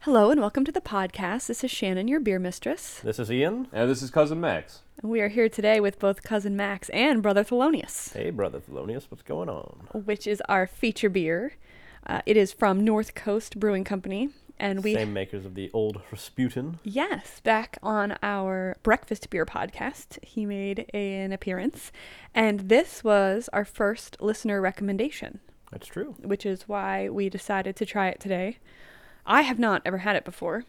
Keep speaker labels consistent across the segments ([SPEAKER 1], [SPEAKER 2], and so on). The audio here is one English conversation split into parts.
[SPEAKER 1] Hello and welcome to the podcast. This is Shannon, your beer mistress.
[SPEAKER 2] This is Ian.
[SPEAKER 3] And this is Cousin Max.
[SPEAKER 1] And we are here today with both cousin Max and brother Thelonious,
[SPEAKER 2] Hey, brother Thelonious, what's going on?
[SPEAKER 1] which is our feature beer. Uh, it is from North Coast Brewing Company, and we
[SPEAKER 2] Same makers of the old Rasputin.
[SPEAKER 1] Yes, back on our Breakfast Beer podcast, he made an appearance. And this was our first listener recommendation,
[SPEAKER 2] That's true.
[SPEAKER 1] which is why we decided to try it today. I have not ever had it before.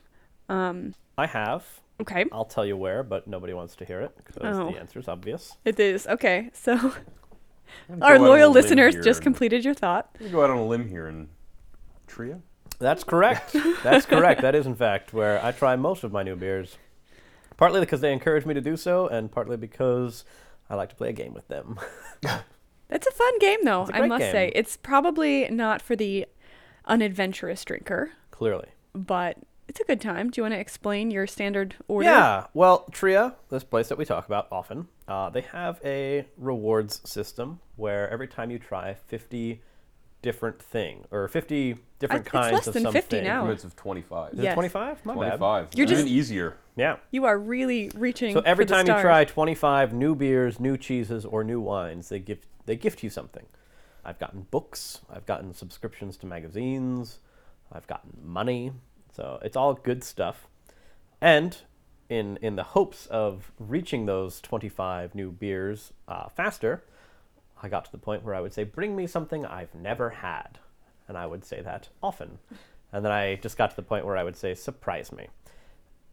[SPEAKER 1] Um,
[SPEAKER 2] I have.
[SPEAKER 1] okay.
[SPEAKER 2] I'll tell you where, but nobody wants to hear it because
[SPEAKER 1] Oh.
[SPEAKER 2] the answer's obvious.
[SPEAKER 1] It is. Okay. So our loyal listeners just completed your thought.
[SPEAKER 3] go out on a limb here and Oh. trio.
[SPEAKER 2] That's correct. That's correct. That is, in fact, where I try most of my new beers. Partly because they encourage me to do so, and partly because I like to play a game with them.
[SPEAKER 1] That's a fun game, though,
[SPEAKER 2] It's a
[SPEAKER 1] I
[SPEAKER 2] great
[SPEAKER 1] must say.
[SPEAKER 2] game.
[SPEAKER 1] It's probably not for the unadventurous drinker,
[SPEAKER 2] Clearly.
[SPEAKER 1] but it's a good time. Do you want to explain your standard order?
[SPEAKER 2] Yeah. Well, Tria, this place that we talk about often, uh, they have a rewards system where every time you try 50 different thing or 50 different
[SPEAKER 1] it's
[SPEAKER 2] kinds
[SPEAKER 1] less
[SPEAKER 2] of
[SPEAKER 1] than 50
[SPEAKER 2] something.
[SPEAKER 1] now.
[SPEAKER 3] Limits of 25.
[SPEAKER 2] Is
[SPEAKER 1] Yes.
[SPEAKER 2] it 25? My bad.
[SPEAKER 3] 25.
[SPEAKER 1] You're
[SPEAKER 3] Even
[SPEAKER 1] just-
[SPEAKER 3] easier.
[SPEAKER 2] Yeah.
[SPEAKER 1] You are really reaching.
[SPEAKER 2] So every
[SPEAKER 1] for the
[SPEAKER 2] time you
[SPEAKER 1] stars.
[SPEAKER 2] try 25 new beers, new cheeses, or new wines, they gift they gift you something. I've gotten books. I've gotten subscriptions to magazines. I've gotten money. So it's all good stuff. And in in the hopes of reaching those 25 new beers uh, faster, I got to the point where I would say, "Bring me something I've never had," and I would say that often. And then I just got to the point where I would say, "Surprise me."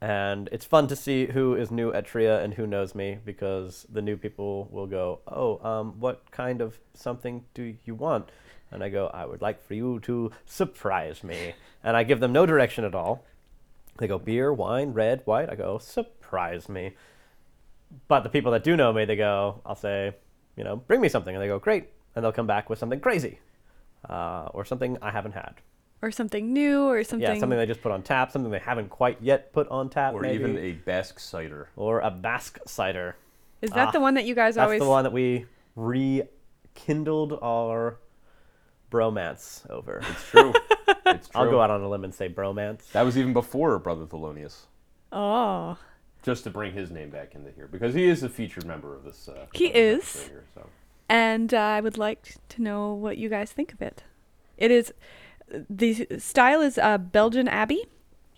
[SPEAKER 2] And it's fun to see who is new at Tria and who knows me because the new people will go, Oh, um, what kind of something do you want? And I go, I would like for you to surprise me. And I give them no direction at all. They go, Beer, wine, red, white. I go, Surprise me. But the people that do know me, they go, I'll say, You know, bring me something. And they go, Great. And they'll come back with something crazy uh, or something I haven't had.
[SPEAKER 1] or something new, or something.
[SPEAKER 2] Yeah, something they just put on tap, something they haven't quite yet put on tap.
[SPEAKER 3] Or
[SPEAKER 2] maybe
[SPEAKER 3] even a Basque cider.
[SPEAKER 2] or a Basque cider.
[SPEAKER 1] is that
[SPEAKER 2] Ah,
[SPEAKER 1] the one that you guys
[SPEAKER 2] That's
[SPEAKER 1] always?
[SPEAKER 2] the one that we rekindled our bromance over.
[SPEAKER 3] It's true. it's true.
[SPEAKER 2] I'll go out on a limb and say bromance.
[SPEAKER 3] That was even before Brother Thelonious.
[SPEAKER 1] Oh,
[SPEAKER 3] Just to bring his name back into here because he is a featured member of this. Uh,
[SPEAKER 1] He
[SPEAKER 3] of this
[SPEAKER 1] is.
[SPEAKER 3] thing Here, so.
[SPEAKER 1] and uh, I would like to know what you guys think of it. It is the style is uh, Belgian Abbey,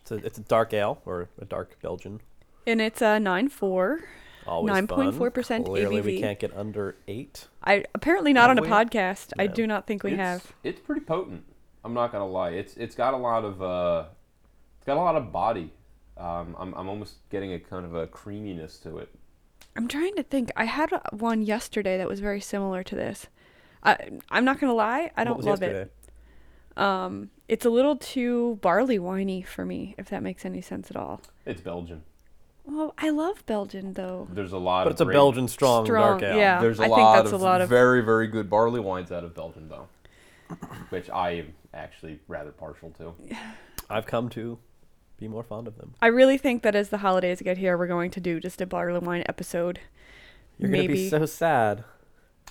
[SPEAKER 2] It's a, it's a dark ale or a dark Belgian.
[SPEAKER 1] and it's a nine four.
[SPEAKER 2] Always
[SPEAKER 1] 9.4%
[SPEAKER 2] fun. Clearly, we
[SPEAKER 1] ABV.
[SPEAKER 2] can't get under eight.
[SPEAKER 1] I apparently not on
[SPEAKER 2] Have
[SPEAKER 1] a
[SPEAKER 2] we?
[SPEAKER 1] podcast. I
[SPEAKER 2] No.
[SPEAKER 1] do not think we
[SPEAKER 3] it's,
[SPEAKER 1] have.
[SPEAKER 3] It's pretty potent. I'm not gonna lie. It's it's got a lot of uh, it's got a lot of body. Um, I'm I'm almost getting a kind of a creaminess to it.
[SPEAKER 1] I'm trying to think. I had uh, one yesterday that was very similar to this. I, I'm not gonna lie. I don't
[SPEAKER 2] what was
[SPEAKER 1] love
[SPEAKER 2] yesterday?
[SPEAKER 1] it. Um, it's a little too barley winey for me, if that makes any sense at all.
[SPEAKER 3] It's Belgian.
[SPEAKER 1] Well, I love Belgian though.
[SPEAKER 3] There's a lot.
[SPEAKER 2] But
[SPEAKER 3] of
[SPEAKER 2] it's a
[SPEAKER 3] great-
[SPEAKER 2] Belgian strong, dark
[SPEAKER 1] Strong,
[SPEAKER 2] ale.
[SPEAKER 1] yeah.
[SPEAKER 3] There's a
[SPEAKER 1] I think
[SPEAKER 3] lot,
[SPEAKER 1] that's
[SPEAKER 3] of
[SPEAKER 1] a lot of-
[SPEAKER 3] very very good barley wines out of Belgium though, which I am actually rather partial to.
[SPEAKER 2] I've come to be more fond of them.
[SPEAKER 1] I really think that as the holidays get here, we're going to do just a barley wine episode.
[SPEAKER 2] You're
[SPEAKER 1] maybe
[SPEAKER 2] gonna be so sad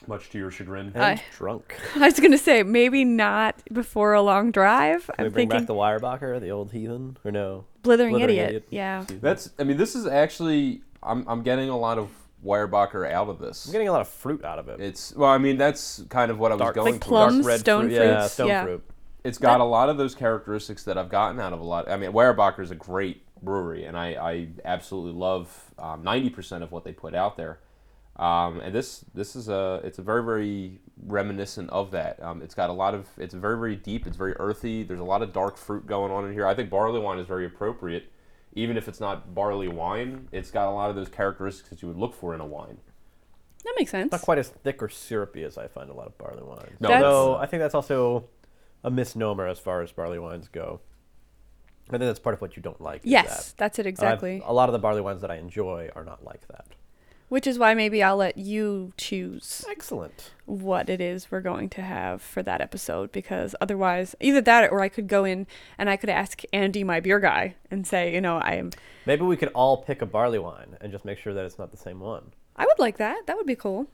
[SPEAKER 3] Much to your chagrin.
[SPEAKER 2] and
[SPEAKER 1] I-
[SPEAKER 2] drunk. Can
[SPEAKER 1] I was gonna say maybe not before a long drive.
[SPEAKER 2] we
[SPEAKER 1] I'm
[SPEAKER 2] bring
[SPEAKER 1] thinking
[SPEAKER 2] back the Weyerbacher, the old heathen, or no?
[SPEAKER 1] blithering,
[SPEAKER 2] Blithering
[SPEAKER 1] idiot.
[SPEAKER 2] Idiot.
[SPEAKER 1] Yeah.
[SPEAKER 2] Excuse me.
[SPEAKER 3] That's. I mean, this is actually. I'm I'm getting a lot of Weyerbacher out of
[SPEAKER 2] I'm
[SPEAKER 3] this.
[SPEAKER 2] getting a lot of fruit out of it.
[SPEAKER 3] It's well, I mean, that's kind of what I was
[SPEAKER 2] Dark-
[SPEAKER 3] going
[SPEAKER 1] Like
[SPEAKER 3] for.
[SPEAKER 1] plums,
[SPEAKER 2] Dark red
[SPEAKER 1] stone
[SPEAKER 2] fruit. Yeah,
[SPEAKER 1] fruits,
[SPEAKER 2] stone
[SPEAKER 1] yeah.
[SPEAKER 2] fruit.
[SPEAKER 3] It's got a lot of those characteristics that I've gotten out of a lot. I mean, Weyerbacher is a great brewery, and I, I absolutely love um, ninety percent of what they put out there. Um, and this this is a it's a very very reminiscent of that. Um, it's got a lot of it's very very deep. It's very earthy. There's a lot of dark fruit going on in here. I think barley wine is very appropriate, even if it's not barley wine. It's got a lot of those characteristics that you would look for in a wine.
[SPEAKER 1] That makes sense.
[SPEAKER 2] not quite as thick or syrupy as I find a lot of barley wines.
[SPEAKER 3] No,
[SPEAKER 1] That's-
[SPEAKER 2] Although I think that's also a misnomer as far as barley wines go. I think that's part of what you don't like. is
[SPEAKER 1] yes,
[SPEAKER 2] that.
[SPEAKER 1] that's it
[SPEAKER 2] And I've-
[SPEAKER 1] exactly.
[SPEAKER 2] A lot of the barley wines that I enjoy are not like that.
[SPEAKER 1] Which is why maybe I'll let you choose
[SPEAKER 2] Excellent.
[SPEAKER 1] what it is we're going to have for that episode because otherwise, either that or I could go in and I could ask Andy, my beer guy, and say, you know, I'm.
[SPEAKER 2] Maybe we could all pick a barley wine and just make sure that it's not the same one.
[SPEAKER 1] I would like that. That would be cool.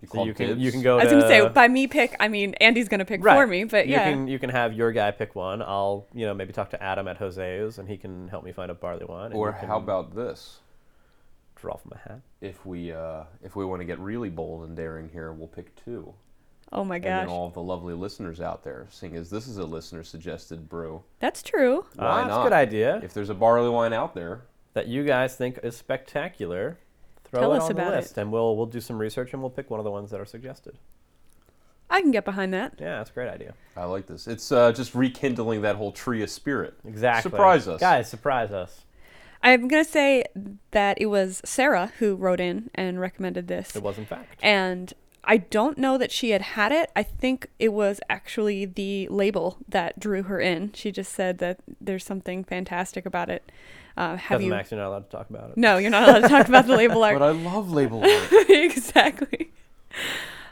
[SPEAKER 3] You
[SPEAKER 2] So
[SPEAKER 3] called
[SPEAKER 2] you can you
[SPEAKER 3] dibs?
[SPEAKER 2] can go.
[SPEAKER 1] I was gonna say
[SPEAKER 2] to-
[SPEAKER 1] by me pick, I mean Andy's gonna pick for me, but yeah.
[SPEAKER 2] Oh, you can you can have your guy pick one. I'll you know maybe talk to Adam at Jose's and he can help me find a barley wine. and
[SPEAKER 3] Or
[SPEAKER 2] you can
[SPEAKER 3] how about this?
[SPEAKER 2] draw from a hat?
[SPEAKER 3] If we uh, if we want to get really bold and daring here, we'll pick two.
[SPEAKER 1] oh my
[SPEAKER 3] And
[SPEAKER 1] gosh,
[SPEAKER 3] then all of the lovely listeners out there, seeing as this is a listener suggested brew,
[SPEAKER 1] that's true.
[SPEAKER 3] Why
[SPEAKER 2] Ah, that's a
[SPEAKER 3] not?
[SPEAKER 2] good idea
[SPEAKER 3] if there's a barley wine out there,
[SPEAKER 2] that you guys think is spectacular. Throw
[SPEAKER 1] Tell
[SPEAKER 2] it
[SPEAKER 1] us
[SPEAKER 2] on
[SPEAKER 1] about
[SPEAKER 2] the
[SPEAKER 1] it.
[SPEAKER 2] list, and we'll we'll do some research and we'll pick one of the ones that are suggested.
[SPEAKER 1] I can get behind that.
[SPEAKER 2] Yeah, that's a great idea.
[SPEAKER 3] I like this. It's uh, just rekindling that whole tree of spirit.
[SPEAKER 2] Exactly.
[SPEAKER 3] Surprise us.
[SPEAKER 2] guys! Surprise us.
[SPEAKER 1] I'm gonna say that it was Sarah who wrote in and recommended this.
[SPEAKER 2] It was in fact.
[SPEAKER 1] and I don't know that she had had it. I think it was actually the label that drew her in. She just said that there's something fantastic about it. Uh, have
[SPEAKER 2] Doesn't
[SPEAKER 1] you?
[SPEAKER 2] matter. You're not allowed to talk about it.
[SPEAKER 1] No, you're not allowed to talk about the label
[SPEAKER 3] But
[SPEAKER 1] art.
[SPEAKER 3] I love label wine.
[SPEAKER 1] exactly.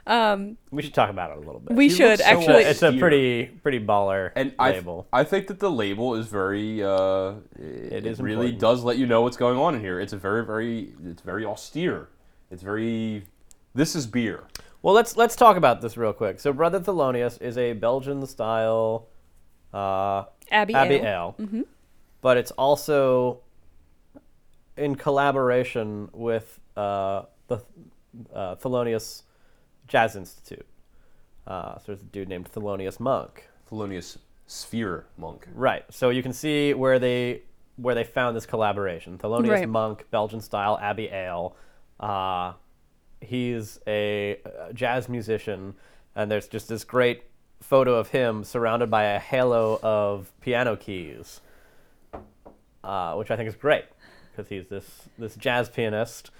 [SPEAKER 1] Um,
[SPEAKER 2] We should talk about it a little bit.
[SPEAKER 1] we
[SPEAKER 3] You look
[SPEAKER 1] should
[SPEAKER 2] It's
[SPEAKER 3] so
[SPEAKER 2] a-
[SPEAKER 1] actually.
[SPEAKER 3] upset.
[SPEAKER 2] it's a
[SPEAKER 3] Here.
[SPEAKER 2] pretty pretty baller
[SPEAKER 3] and I,
[SPEAKER 2] label.
[SPEAKER 3] I think that the label is very uh, it,
[SPEAKER 2] is
[SPEAKER 3] really
[SPEAKER 2] important.
[SPEAKER 3] does let you know what's going on in here. It's a very very it's very austere. It's very this is beer.
[SPEAKER 2] Well, let's let's talk about this real quick. So, Brother Thelonious is a Belgian style uh,
[SPEAKER 1] Abbey
[SPEAKER 2] Abbey
[SPEAKER 1] Ale.
[SPEAKER 2] ale, but it's also in collaboration with uh, the uh, Thelonious Jazz Institute. Uh, so there's a dude named Thelonious Monk.
[SPEAKER 3] Thelonious Sphere Monk.
[SPEAKER 2] Right. So you can see where they where they found this collaboration. Thelonious
[SPEAKER 1] Right.
[SPEAKER 2] Monk, Belgian style Abbey Ale. Uh, he's a uh, jazz musician, and there's just this great photo of him surrounded by a halo of piano keys, uh, which I think is great because he's this this jazz pianist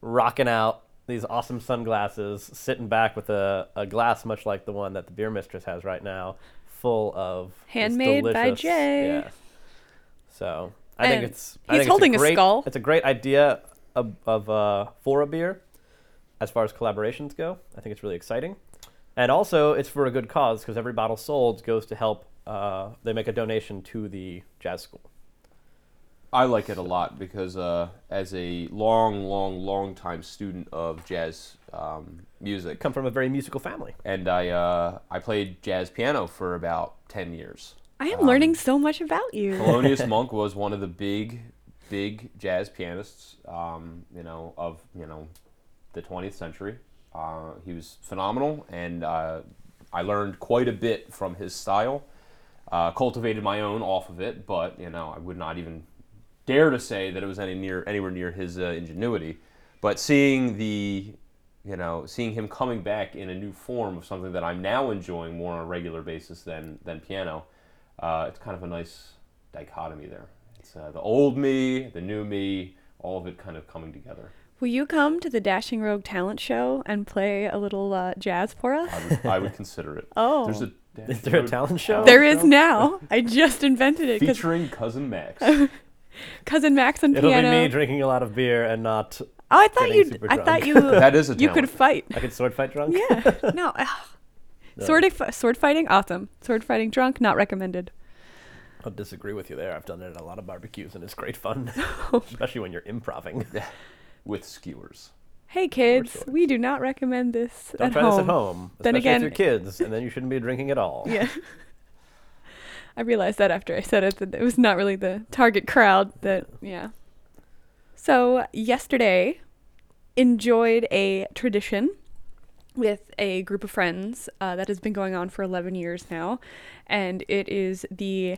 [SPEAKER 2] rocking out these awesome sunglasses, sitting back with a, a glass much like the one that the beer mistress has right now, full of this
[SPEAKER 1] Handmade by
[SPEAKER 2] delicious-
[SPEAKER 1] Jay.
[SPEAKER 2] Yeah. So I
[SPEAKER 1] And
[SPEAKER 2] think it's I
[SPEAKER 1] he's
[SPEAKER 2] think
[SPEAKER 1] holding a
[SPEAKER 2] it's a, great,
[SPEAKER 1] skull.
[SPEAKER 2] It's a great idea of, of uh, for a beer, as far as collaborations go. I think it's really exciting, and also it's for a good cause because every bottle sold goes to help. Uh, they make a donation to the jazz school.
[SPEAKER 3] I like it a lot because uh, as a long long long time student of jazz um, music,
[SPEAKER 2] Come from a very musical family.
[SPEAKER 3] and I uh, I played jazz piano for about ten years.
[SPEAKER 1] I am learning so much about you.
[SPEAKER 3] Thelonious Monk was one of the big, big jazz pianists. Um, you know of you know, the 20th century. Uh, he was phenomenal, and uh, I learned quite a bit from his style. Uh, cultivated my own off of it, but you know I would not even dare to say that it was any near anywhere near his uh, ingenuity. But seeing the you know, seeing him coming back in a new form of something that I'm now enjoying more on a regular basis than than piano, uh, it's kind of a nice dichotomy there. It's uh, the old me, the new me, all of it kind of coming together.
[SPEAKER 1] Will you come to the Dashing Rogue Talent Show and play a little uh, jazz for us?
[SPEAKER 3] I would, I would consider it.
[SPEAKER 1] Oh.
[SPEAKER 3] There's a
[SPEAKER 2] Is there a talent show?
[SPEAKER 1] There is now. I just invented it because
[SPEAKER 3] featuring cousin Max.
[SPEAKER 1] cousin Max on
[SPEAKER 2] It'll
[SPEAKER 1] piano.
[SPEAKER 2] be me drinking a lot of beer and not.
[SPEAKER 1] Oh, I thought
[SPEAKER 2] getting
[SPEAKER 1] you.
[SPEAKER 2] super
[SPEAKER 1] I
[SPEAKER 2] drunk.
[SPEAKER 1] thought you.
[SPEAKER 3] That is a
[SPEAKER 1] You could
[SPEAKER 3] talent.
[SPEAKER 1] fight.
[SPEAKER 2] I could sword fight drunk.
[SPEAKER 1] Yeah. No. ugh. Sword if- sword fighting awesome. Sword fighting drunk not recommended.
[SPEAKER 2] I'll disagree with you there. I've done it at a lot of barbecues and it's great fun,
[SPEAKER 1] Oh.
[SPEAKER 2] especially when you're improving.
[SPEAKER 3] with skewers.
[SPEAKER 1] Hey kids,
[SPEAKER 2] swords.
[SPEAKER 1] we do not recommend this
[SPEAKER 2] Don't
[SPEAKER 1] at
[SPEAKER 2] try
[SPEAKER 1] home.
[SPEAKER 2] this at home, especially
[SPEAKER 1] Then again-
[SPEAKER 2] with your kids, and then you shouldn't be drinking at all.
[SPEAKER 1] Yeah. I realized that after I said it that it was not really the target crowd that yeah. So yesterday enjoyed a tradition with a group of friends uh, that has been going on for 11 years now and it is the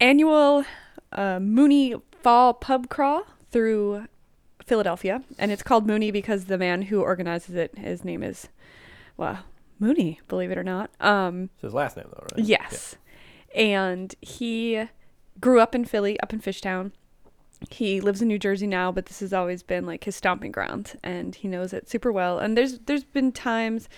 [SPEAKER 1] annual uh, Mooney Fall Pub Crawl through Philadelphia, and it's called Mooney because the man who organizes it, his name is, well, Mooney, believe it or not. Um,
[SPEAKER 2] It's his last name, though, right?
[SPEAKER 1] yes, and he grew up in Philly, up in Fishtown. He lives in New Jersey now, but this has always been like his stomping ground, and he knows it super well. And there's there's been times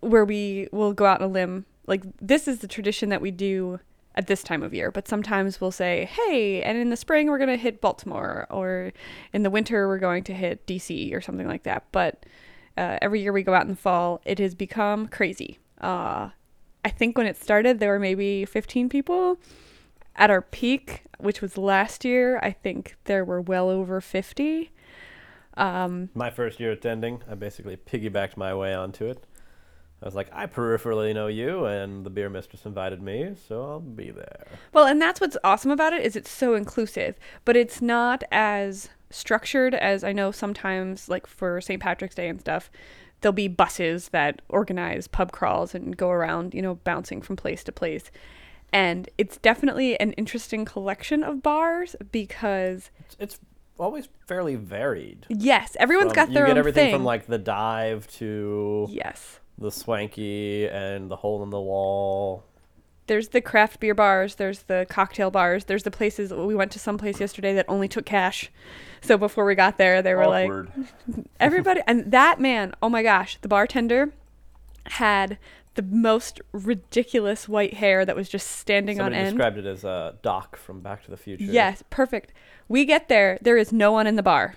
[SPEAKER 1] where we will go out on a limb. Like this is the tradition that we do at this time of year, but sometimes we'll say, "Hey, and in the spring we're going to hit Baltimore or in the winter we're going to hit DC or something like that." But uh, every year we go out in the fall, it has become crazy. Uh, I think when it started there were maybe 15 people. At our peak, which was last year, I think there were well over 50. Um,
[SPEAKER 2] My first year attending, I basically piggybacked my way onto it. I was like, I peripherally know you, and the beer mistress invited me, so I'll be there.
[SPEAKER 1] well, and that's what's awesome about it is it's so inclusive, but it's not as structured as I know sometimes like for St. Patrick's Day and stuff. There'll be buses that organize pub crawls and go around, you know, bouncing from place to place. And it's definitely an interesting collection of bars because
[SPEAKER 2] It's, it's always fairly varied.
[SPEAKER 1] yes, everyone's
[SPEAKER 2] From-
[SPEAKER 1] got their
[SPEAKER 2] you
[SPEAKER 1] own
[SPEAKER 2] get everything
[SPEAKER 1] thing.
[SPEAKER 2] from like the dive to
[SPEAKER 1] yes.
[SPEAKER 2] the swanky and the hole in the wall.
[SPEAKER 1] there's the craft beer bars, there's the cocktail bars, there's the places we went to some place yesterday that only took cash. So before we got there, they were
[SPEAKER 3] Awkward.
[SPEAKER 1] like everybody and that man, oh my gosh, the bartender had the most ridiculous white hair that was just standing
[SPEAKER 2] Somebody
[SPEAKER 1] on end.
[SPEAKER 2] described it as a doc from Back to the Future.
[SPEAKER 1] Yes, perfect. We get there, there is no one in the bar.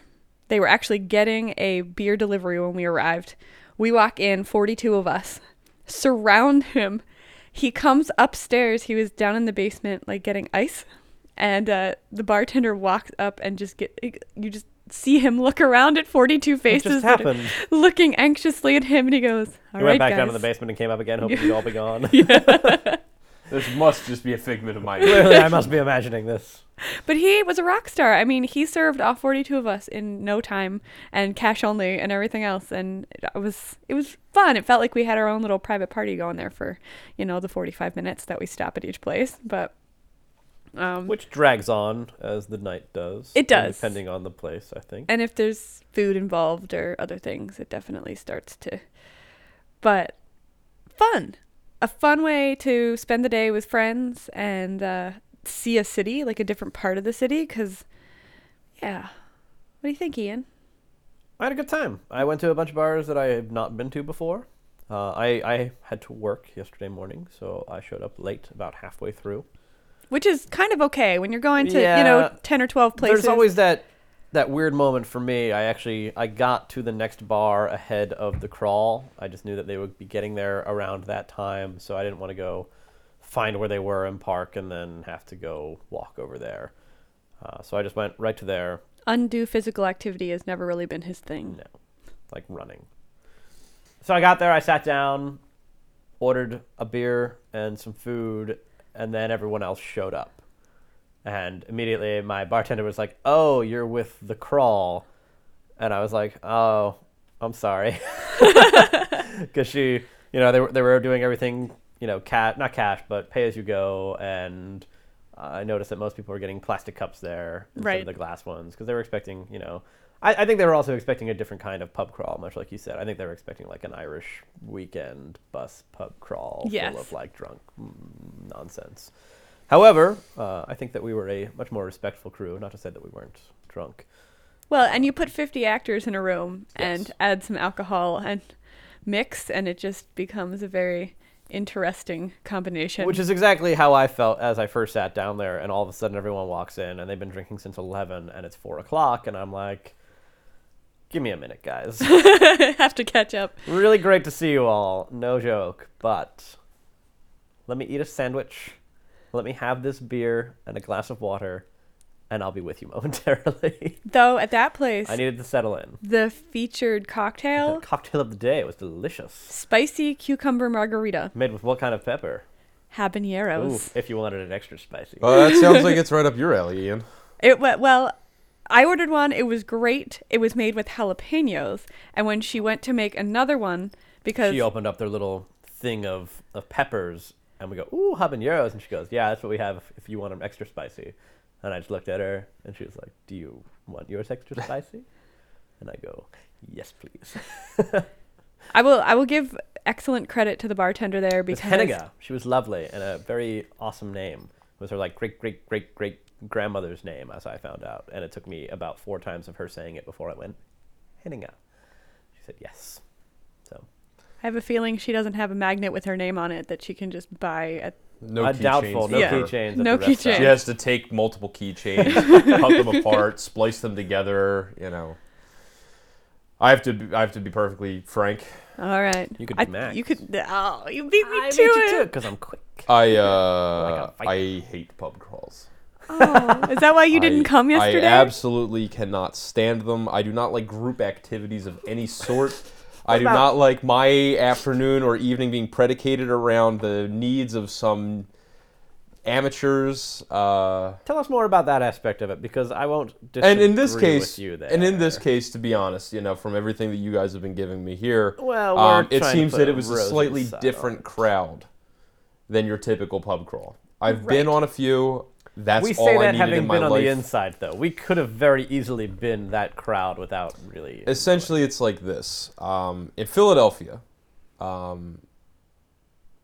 [SPEAKER 1] They were actually getting a beer delivery when we arrived. We walk in, 42 of us, surround him. He comes upstairs. He was down in the basement, like getting ice. And uh, the bartender walks up and just get eh, you just see him look around at 42
[SPEAKER 2] It
[SPEAKER 1] faces
[SPEAKER 2] just
[SPEAKER 1] that are
[SPEAKER 2] happened.
[SPEAKER 1] looking anxiously at him. And he goes, "All
[SPEAKER 2] We
[SPEAKER 1] right,
[SPEAKER 2] went back
[SPEAKER 1] guys.
[SPEAKER 2] down to the basement and came up again, hoping you'd all be gone.
[SPEAKER 3] This must just be a figment of my
[SPEAKER 2] Clearly, I must be imagining this.
[SPEAKER 1] But he was a rock star. I mean, he served all 42 of us in no time and cash only and everything else and it was it was fun. It felt like we had our own little private party going there for, you know, the 45 minutes that we stop at each place, but um
[SPEAKER 2] Which drags on as the night does.
[SPEAKER 1] It
[SPEAKER 2] and
[SPEAKER 1] does.
[SPEAKER 2] Depending on the place, I think.
[SPEAKER 1] and if there's food involved or other things, it definitely starts to but fun. A fun way to spend the day with friends and uh, see a city, like a different part of the city cuz yeah. What do you think, Ian?
[SPEAKER 2] I had a good time. I went to a bunch of bars that I have not been to before. Uh, I, I had to work yesterday morning, so I showed up late, about halfway through.
[SPEAKER 1] which is kind of okay when you're going to you know
[SPEAKER 2] Yeah.
[SPEAKER 1] 10 or 12 places
[SPEAKER 2] There's always that that weird moment for me. I actually I got to the next bar ahead of the crawl. I just knew that they would be getting there around that time, so I didn't want to go find where they were and park and then have to go walk over there. Uh, so I just went right to there.
[SPEAKER 1] undue physical activity has never really been his thing
[SPEAKER 2] No, like running. So I got there. I sat down, ordered a beer and some food, and then everyone else showed up. And immediately my bartender was like, "Oh, you're with the crawl," and I was like, "Oh, I'm sorry," because she, you know, they were they were doing everything, you know, cat not cash, but pay as you go, and I noticed that most people were getting plastic cups there instead
[SPEAKER 1] Right.
[SPEAKER 2] of the glass ones because they were expecting, you know. I, I think they were also expecting a different kind of pub crawl, much like you said. I think they were expecting like an Irish weekend bus pub crawl
[SPEAKER 1] Yes.
[SPEAKER 2] full of like drunk mm, nonsense. However, uh, I think that we were a much more respectful crew. Not to say that we weren't drunk.
[SPEAKER 1] well and you put 50 actors in a room and
[SPEAKER 2] Yes.
[SPEAKER 1] add some alcohol and mix and it just becomes a very interesting combination
[SPEAKER 2] Which is exactly how I felt as I first sat down there, and all of a sudden everyone walks in, and they've been drinking since 11, and it's 4 o'clock, and I'm like, give me a minute, guys.
[SPEAKER 1] have to catch up
[SPEAKER 2] really great to see you all, no joke, but let me eat a sandwich, let me have this beer and a glass of water, and I'll be with you momentarily.
[SPEAKER 1] though at that place
[SPEAKER 2] I needed to settle in.
[SPEAKER 1] the featured
[SPEAKER 2] The
[SPEAKER 1] cocktail
[SPEAKER 2] cocktail of the day was delicious.
[SPEAKER 1] spicy cucumber margarita
[SPEAKER 2] Made with what kind of pepper?
[SPEAKER 1] habaneros
[SPEAKER 2] Ooh, if you wanted it extra spicy.
[SPEAKER 3] Well, that sounds like it's right up your alley, Ian.
[SPEAKER 1] It went well. I ordered one. It was great. It was made with jalapenos. And when she went to make another one, because
[SPEAKER 2] she opened up their little thing of, of peppers, and we go, ooh, habaneros. And she goes, yeah, that's what we have if you want them extra spicy. And I just looked at her, and she was like, do you want yours extra spicy? And I go, yes, please.
[SPEAKER 1] I will, I will give excellent credit to the bartender there
[SPEAKER 2] Miss
[SPEAKER 1] because
[SPEAKER 2] Henniga, she was lovely and a very awesome name. It was her like great, great, great, great grandmother's name, as I found out. And it took me about four times of her saying it before I went, Henniga. She said, yes. So
[SPEAKER 1] I have a feeling she doesn't have a magnet with her name on it that she can just buy at.
[SPEAKER 3] No
[SPEAKER 2] uh,
[SPEAKER 3] keychains
[SPEAKER 2] doubtful, no
[SPEAKER 1] Yeah.
[SPEAKER 3] ever.
[SPEAKER 2] keychains. at
[SPEAKER 1] No
[SPEAKER 2] the restaurant.
[SPEAKER 1] keychains.
[SPEAKER 3] She has to take multiple keychains, cut them apart, splice them together. You know, I have to. Be, I have to be perfectly frank.
[SPEAKER 1] All right.
[SPEAKER 2] You could
[SPEAKER 1] I,
[SPEAKER 2] be Max.
[SPEAKER 1] You could. Oh, you beat me
[SPEAKER 2] I
[SPEAKER 1] to
[SPEAKER 2] beat you
[SPEAKER 1] it.
[SPEAKER 2] because I'm quick.
[SPEAKER 3] I uh,
[SPEAKER 2] Like a
[SPEAKER 3] I hate pub crawls.
[SPEAKER 1] Oh, is that why you didn't
[SPEAKER 3] I-
[SPEAKER 1] come yesterday?
[SPEAKER 3] I absolutely cannot stand them. I do not like group activities of any sort. I do
[SPEAKER 1] about-
[SPEAKER 3] not like my afternoon or evening being predicated around the needs of some amateurs. Uh,
[SPEAKER 2] Tell us more about that aspect of it because I won't disagree
[SPEAKER 3] and in this
[SPEAKER 2] with
[SPEAKER 3] case,
[SPEAKER 2] you there.
[SPEAKER 3] and in this case, to be honest, you know, from everything that you guys have been giving me here,
[SPEAKER 2] Well, we're
[SPEAKER 3] um, it
[SPEAKER 2] trying to
[SPEAKER 3] seems
[SPEAKER 2] put
[SPEAKER 3] that it was a
[SPEAKER 2] roses
[SPEAKER 3] slightly
[SPEAKER 2] aside.
[SPEAKER 3] different crowd than your typical pub crawl. I've been on a few. That's
[SPEAKER 2] we
[SPEAKER 3] all
[SPEAKER 2] say
[SPEAKER 3] I
[SPEAKER 2] that
[SPEAKER 3] needed
[SPEAKER 2] having
[SPEAKER 3] in
[SPEAKER 2] been
[SPEAKER 3] my
[SPEAKER 2] on
[SPEAKER 3] life.
[SPEAKER 2] the inside, though. We could have very easily been that crowd without really.
[SPEAKER 3] essentially it's like this um, in philadelphia um,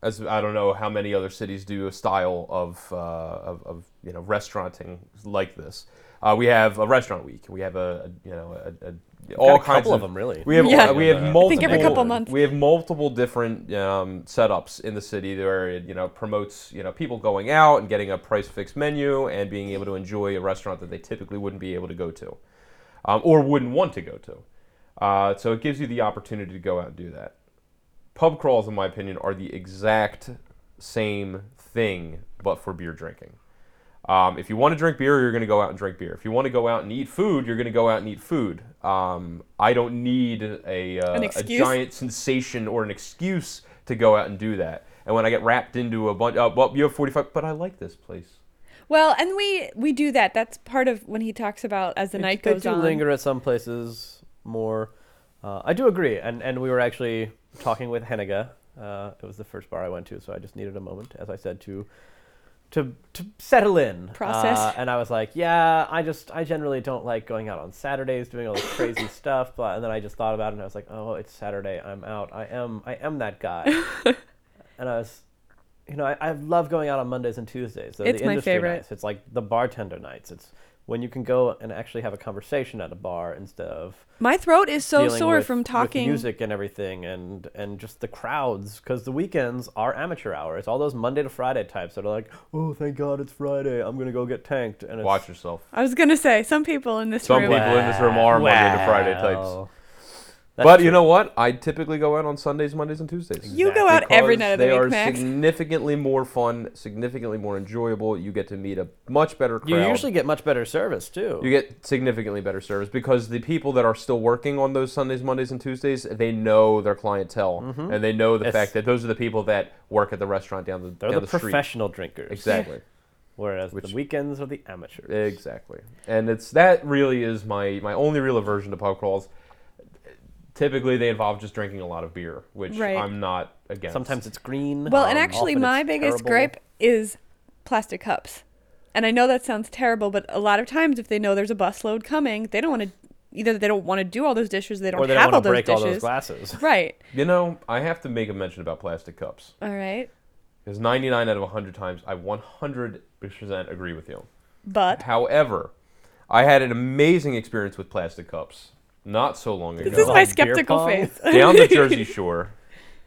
[SPEAKER 3] as i don't know how many other cities do a style of, uh, of, of you know restauranting like this uh, we have a restaurant week we have a, a you know a, a, all
[SPEAKER 2] a
[SPEAKER 3] kinds
[SPEAKER 2] couple of them, really.
[SPEAKER 3] we have uh,
[SPEAKER 1] Yeah.
[SPEAKER 3] we have
[SPEAKER 2] I
[SPEAKER 3] multiple
[SPEAKER 1] think every couple months.
[SPEAKER 3] we have multiple different um, setups in the city where it you know promotes you know people going out and getting a price fixed menu and being able to enjoy a restaurant that they typically wouldn't be able to go to um, or wouldn't want to go to. Uh, so it gives you the opportunity to go out and do that. Pub crawls, in my opinion, are the exact same thing, but for beer drinking. Um, if you want to drink beer, you're going to go out and drink beer. If you want to go out and eat food, you're going to go out and eat food. Um, I don't need a, uh,
[SPEAKER 1] An
[SPEAKER 3] a
[SPEAKER 1] excuse?
[SPEAKER 3] giant sensation or an excuse to go out and do that. And when I get wrapped into a bunch, uh, well, you have 45, but I like this place.
[SPEAKER 1] well, and we we do that. That's part of when he talks about as the
[SPEAKER 2] They-
[SPEAKER 1] night
[SPEAKER 2] they
[SPEAKER 1] goes
[SPEAKER 2] do
[SPEAKER 1] on.
[SPEAKER 2] linger at some places more. Uh, I do agree, and and we were actually talking with Henniga. Uh, it was the first bar I went to, so I just needed a moment, as I said, to to to settle in,
[SPEAKER 1] Process.
[SPEAKER 2] Uh, and I was like, yeah, I just I generally don't like going out on Saturdays, doing all this crazy stuff. Blah. And then I just thought about it, and I was like, oh, it's Saturday. I'm out. I am I am that guy. and I was. You know, I, I love going out on Mondays and Tuesdays. They're
[SPEAKER 1] It's
[SPEAKER 2] the
[SPEAKER 1] my
[SPEAKER 2] industry
[SPEAKER 1] favorite.
[SPEAKER 2] nights. It's like the bartender nights. It's when you can go and actually have a conversation at a bar instead of
[SPEAKER 1] My throat is so
[SPEAKER 2] dealing
[SPEAKER 1] sore
[SPEAKER 2] with-
[SPEAKER 1] from
[SPEAKER 2] with
[SPEAKER 1] talking.
[SPEAKER 2] music and everything, and and just the crowds because the weekends are amateur hours. All those Monday to Friday types that are like, oh, thank God it's Friday. I'm gonna go get tanked. And it's,
[SPEAKER 3] Watch yourself.
[SPEAKER 1] I was gonna say some people in this
[SPEAKER 3] Some
[SPEAKER 1] room.
[SPEAKER 3] people- in this room are Monday to Friday types.
[SPEAKER 2] Well, that's
[SPEAKER 3] But
[SPEAKER 2] true.
[SPEAKER 3] you know what? I typically go out on Sundays, Mondays, and Tuesdays.
[SPEAKER 1] You go out every
[SPEAKER 3] because
[SPEAKER 1] night of the
[SPEAKER 3] they
[SPEAKER 1] week,
[SPEAKER 3] are
[SPEAKER 1] Max.
[SPEAKER 3] significantly more fun, significantly more enjoyable. You get to meet a much better crowd.
[SPEAKER 2] you usually get much better service too.
[SPEAKER 3] You get significantly better service because the people that are still working on those Sundays, Mondays, and Tuesdays, they know their clientele and they know the
[SPEAKER 2] Mm-hmm. It's-
[SPEAKER 3] fact that those are the people that work at the restaurant down the
[SPEAKER 2] They're
[SPEAKER 3] down
[SPEAKER 2] the,
[SPEAKER 3] the street.
[SPEAKER 2] professional drinkers,
[SPEAKER 3] Exactly.
[SPEAKER 2] whereas
[SPEAKER 3] Which-
[SPEAKER 2] the weekends are the amateurs.
[SPEAKER 3] Exactly. And it's that really is my my only real aversion to pub crawls. Typically, they involve just drinking a lot of beer, which
[SPEAKER 1] Right.
[SPEAKER 3] I'm not against.
[SPEAKER 2] Sometimes it's green.
[SPEAKER 1] Well, and
[SPEAKER 2] um,
[SPEAKER 1] actually,
[SPEAKER 2] often it's
[SPEAKER 1] my biggest
[SPEAKER 2] terrible.
[SPEAKER 1] gripe is plastic cups. And I know that sounds terrible, but a lot of times, if they know there's a busload coming, they don't want to either they don't want to do all those dishes, they don't
[SPEAKER 2] or they
[SPEAKER 1] have
[SPEAKER 2] don't want to
[SPEAKER 1] all
[SPEAKER 2] break
[SPEAKER 1] those
[SPEAKER 2] all those
[SPEAKER 1] dishes.
[SPEAKER 2] glasses.
[SPEAKER 1] right.
[SPEAKER 3] You know, I have to make a mention about plastic cups
[SPEAKER 1] All right.
[SPEAKER 3] because 99 out of 100 times, I 100% agree with you.
[SPEAKER 1] But
[SPEAKER 3] However, I had an amazing experience with plastic cups not so long ago.
[SPEAKER 1] this is
[SPEAKER 2] No.
[SPEAKER 1] my
[SPEAKER 2] Beer
[SPEAKER 1] skeptical
[SPEAKER 2] pong?
[SPEAKER 1] face.
[SPEAKER 3] Down the Jersey Shore.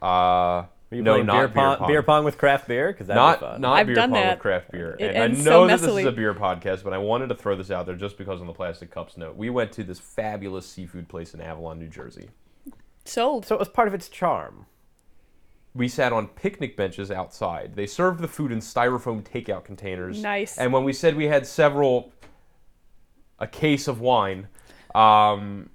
[SPEAKER 3] Uh,
[SPEAKER 2] Were you
[SPEAKER 3] no,
[SPEAKER 2] playing
[SPEAKER 3] not
[SPEAKER 2] beer pong, beer pong with craft beer because that'd be
[SPEAKER 3] not
[SPEAKER 2] fun.
[SPEAKER 3] not
[SPEAKER 1] I've
[SPEAKER 3] beer
[SPEAKER 1] done
[SPEAKER 3] pong
[SPEAKER 1] that.
[SPEAKER 3] with craft beer.
[SPEAKER 1] It
[SPEAKER 3] and I
[SPEAKER 1] ends so
[SPEAKER 3] know that this is a
[SPEAKER 1] messily.
[SPEAKER 3] beer podcast, but I wanted to throw this out there just because on the plastic cups note, we went to this fabulous seafood place in Avalon, New Jersey.
[SPEAKER 1] Sold.
[SPEAKER 2] so it was part of its charm.
[SPEAKER 3] We sat on picnic benches outside. They served the food in styrofoam takeout containers.
[SPEAKER 1] Nice.
[SPEAKER 3] And when we said we had several, a case of wine, um,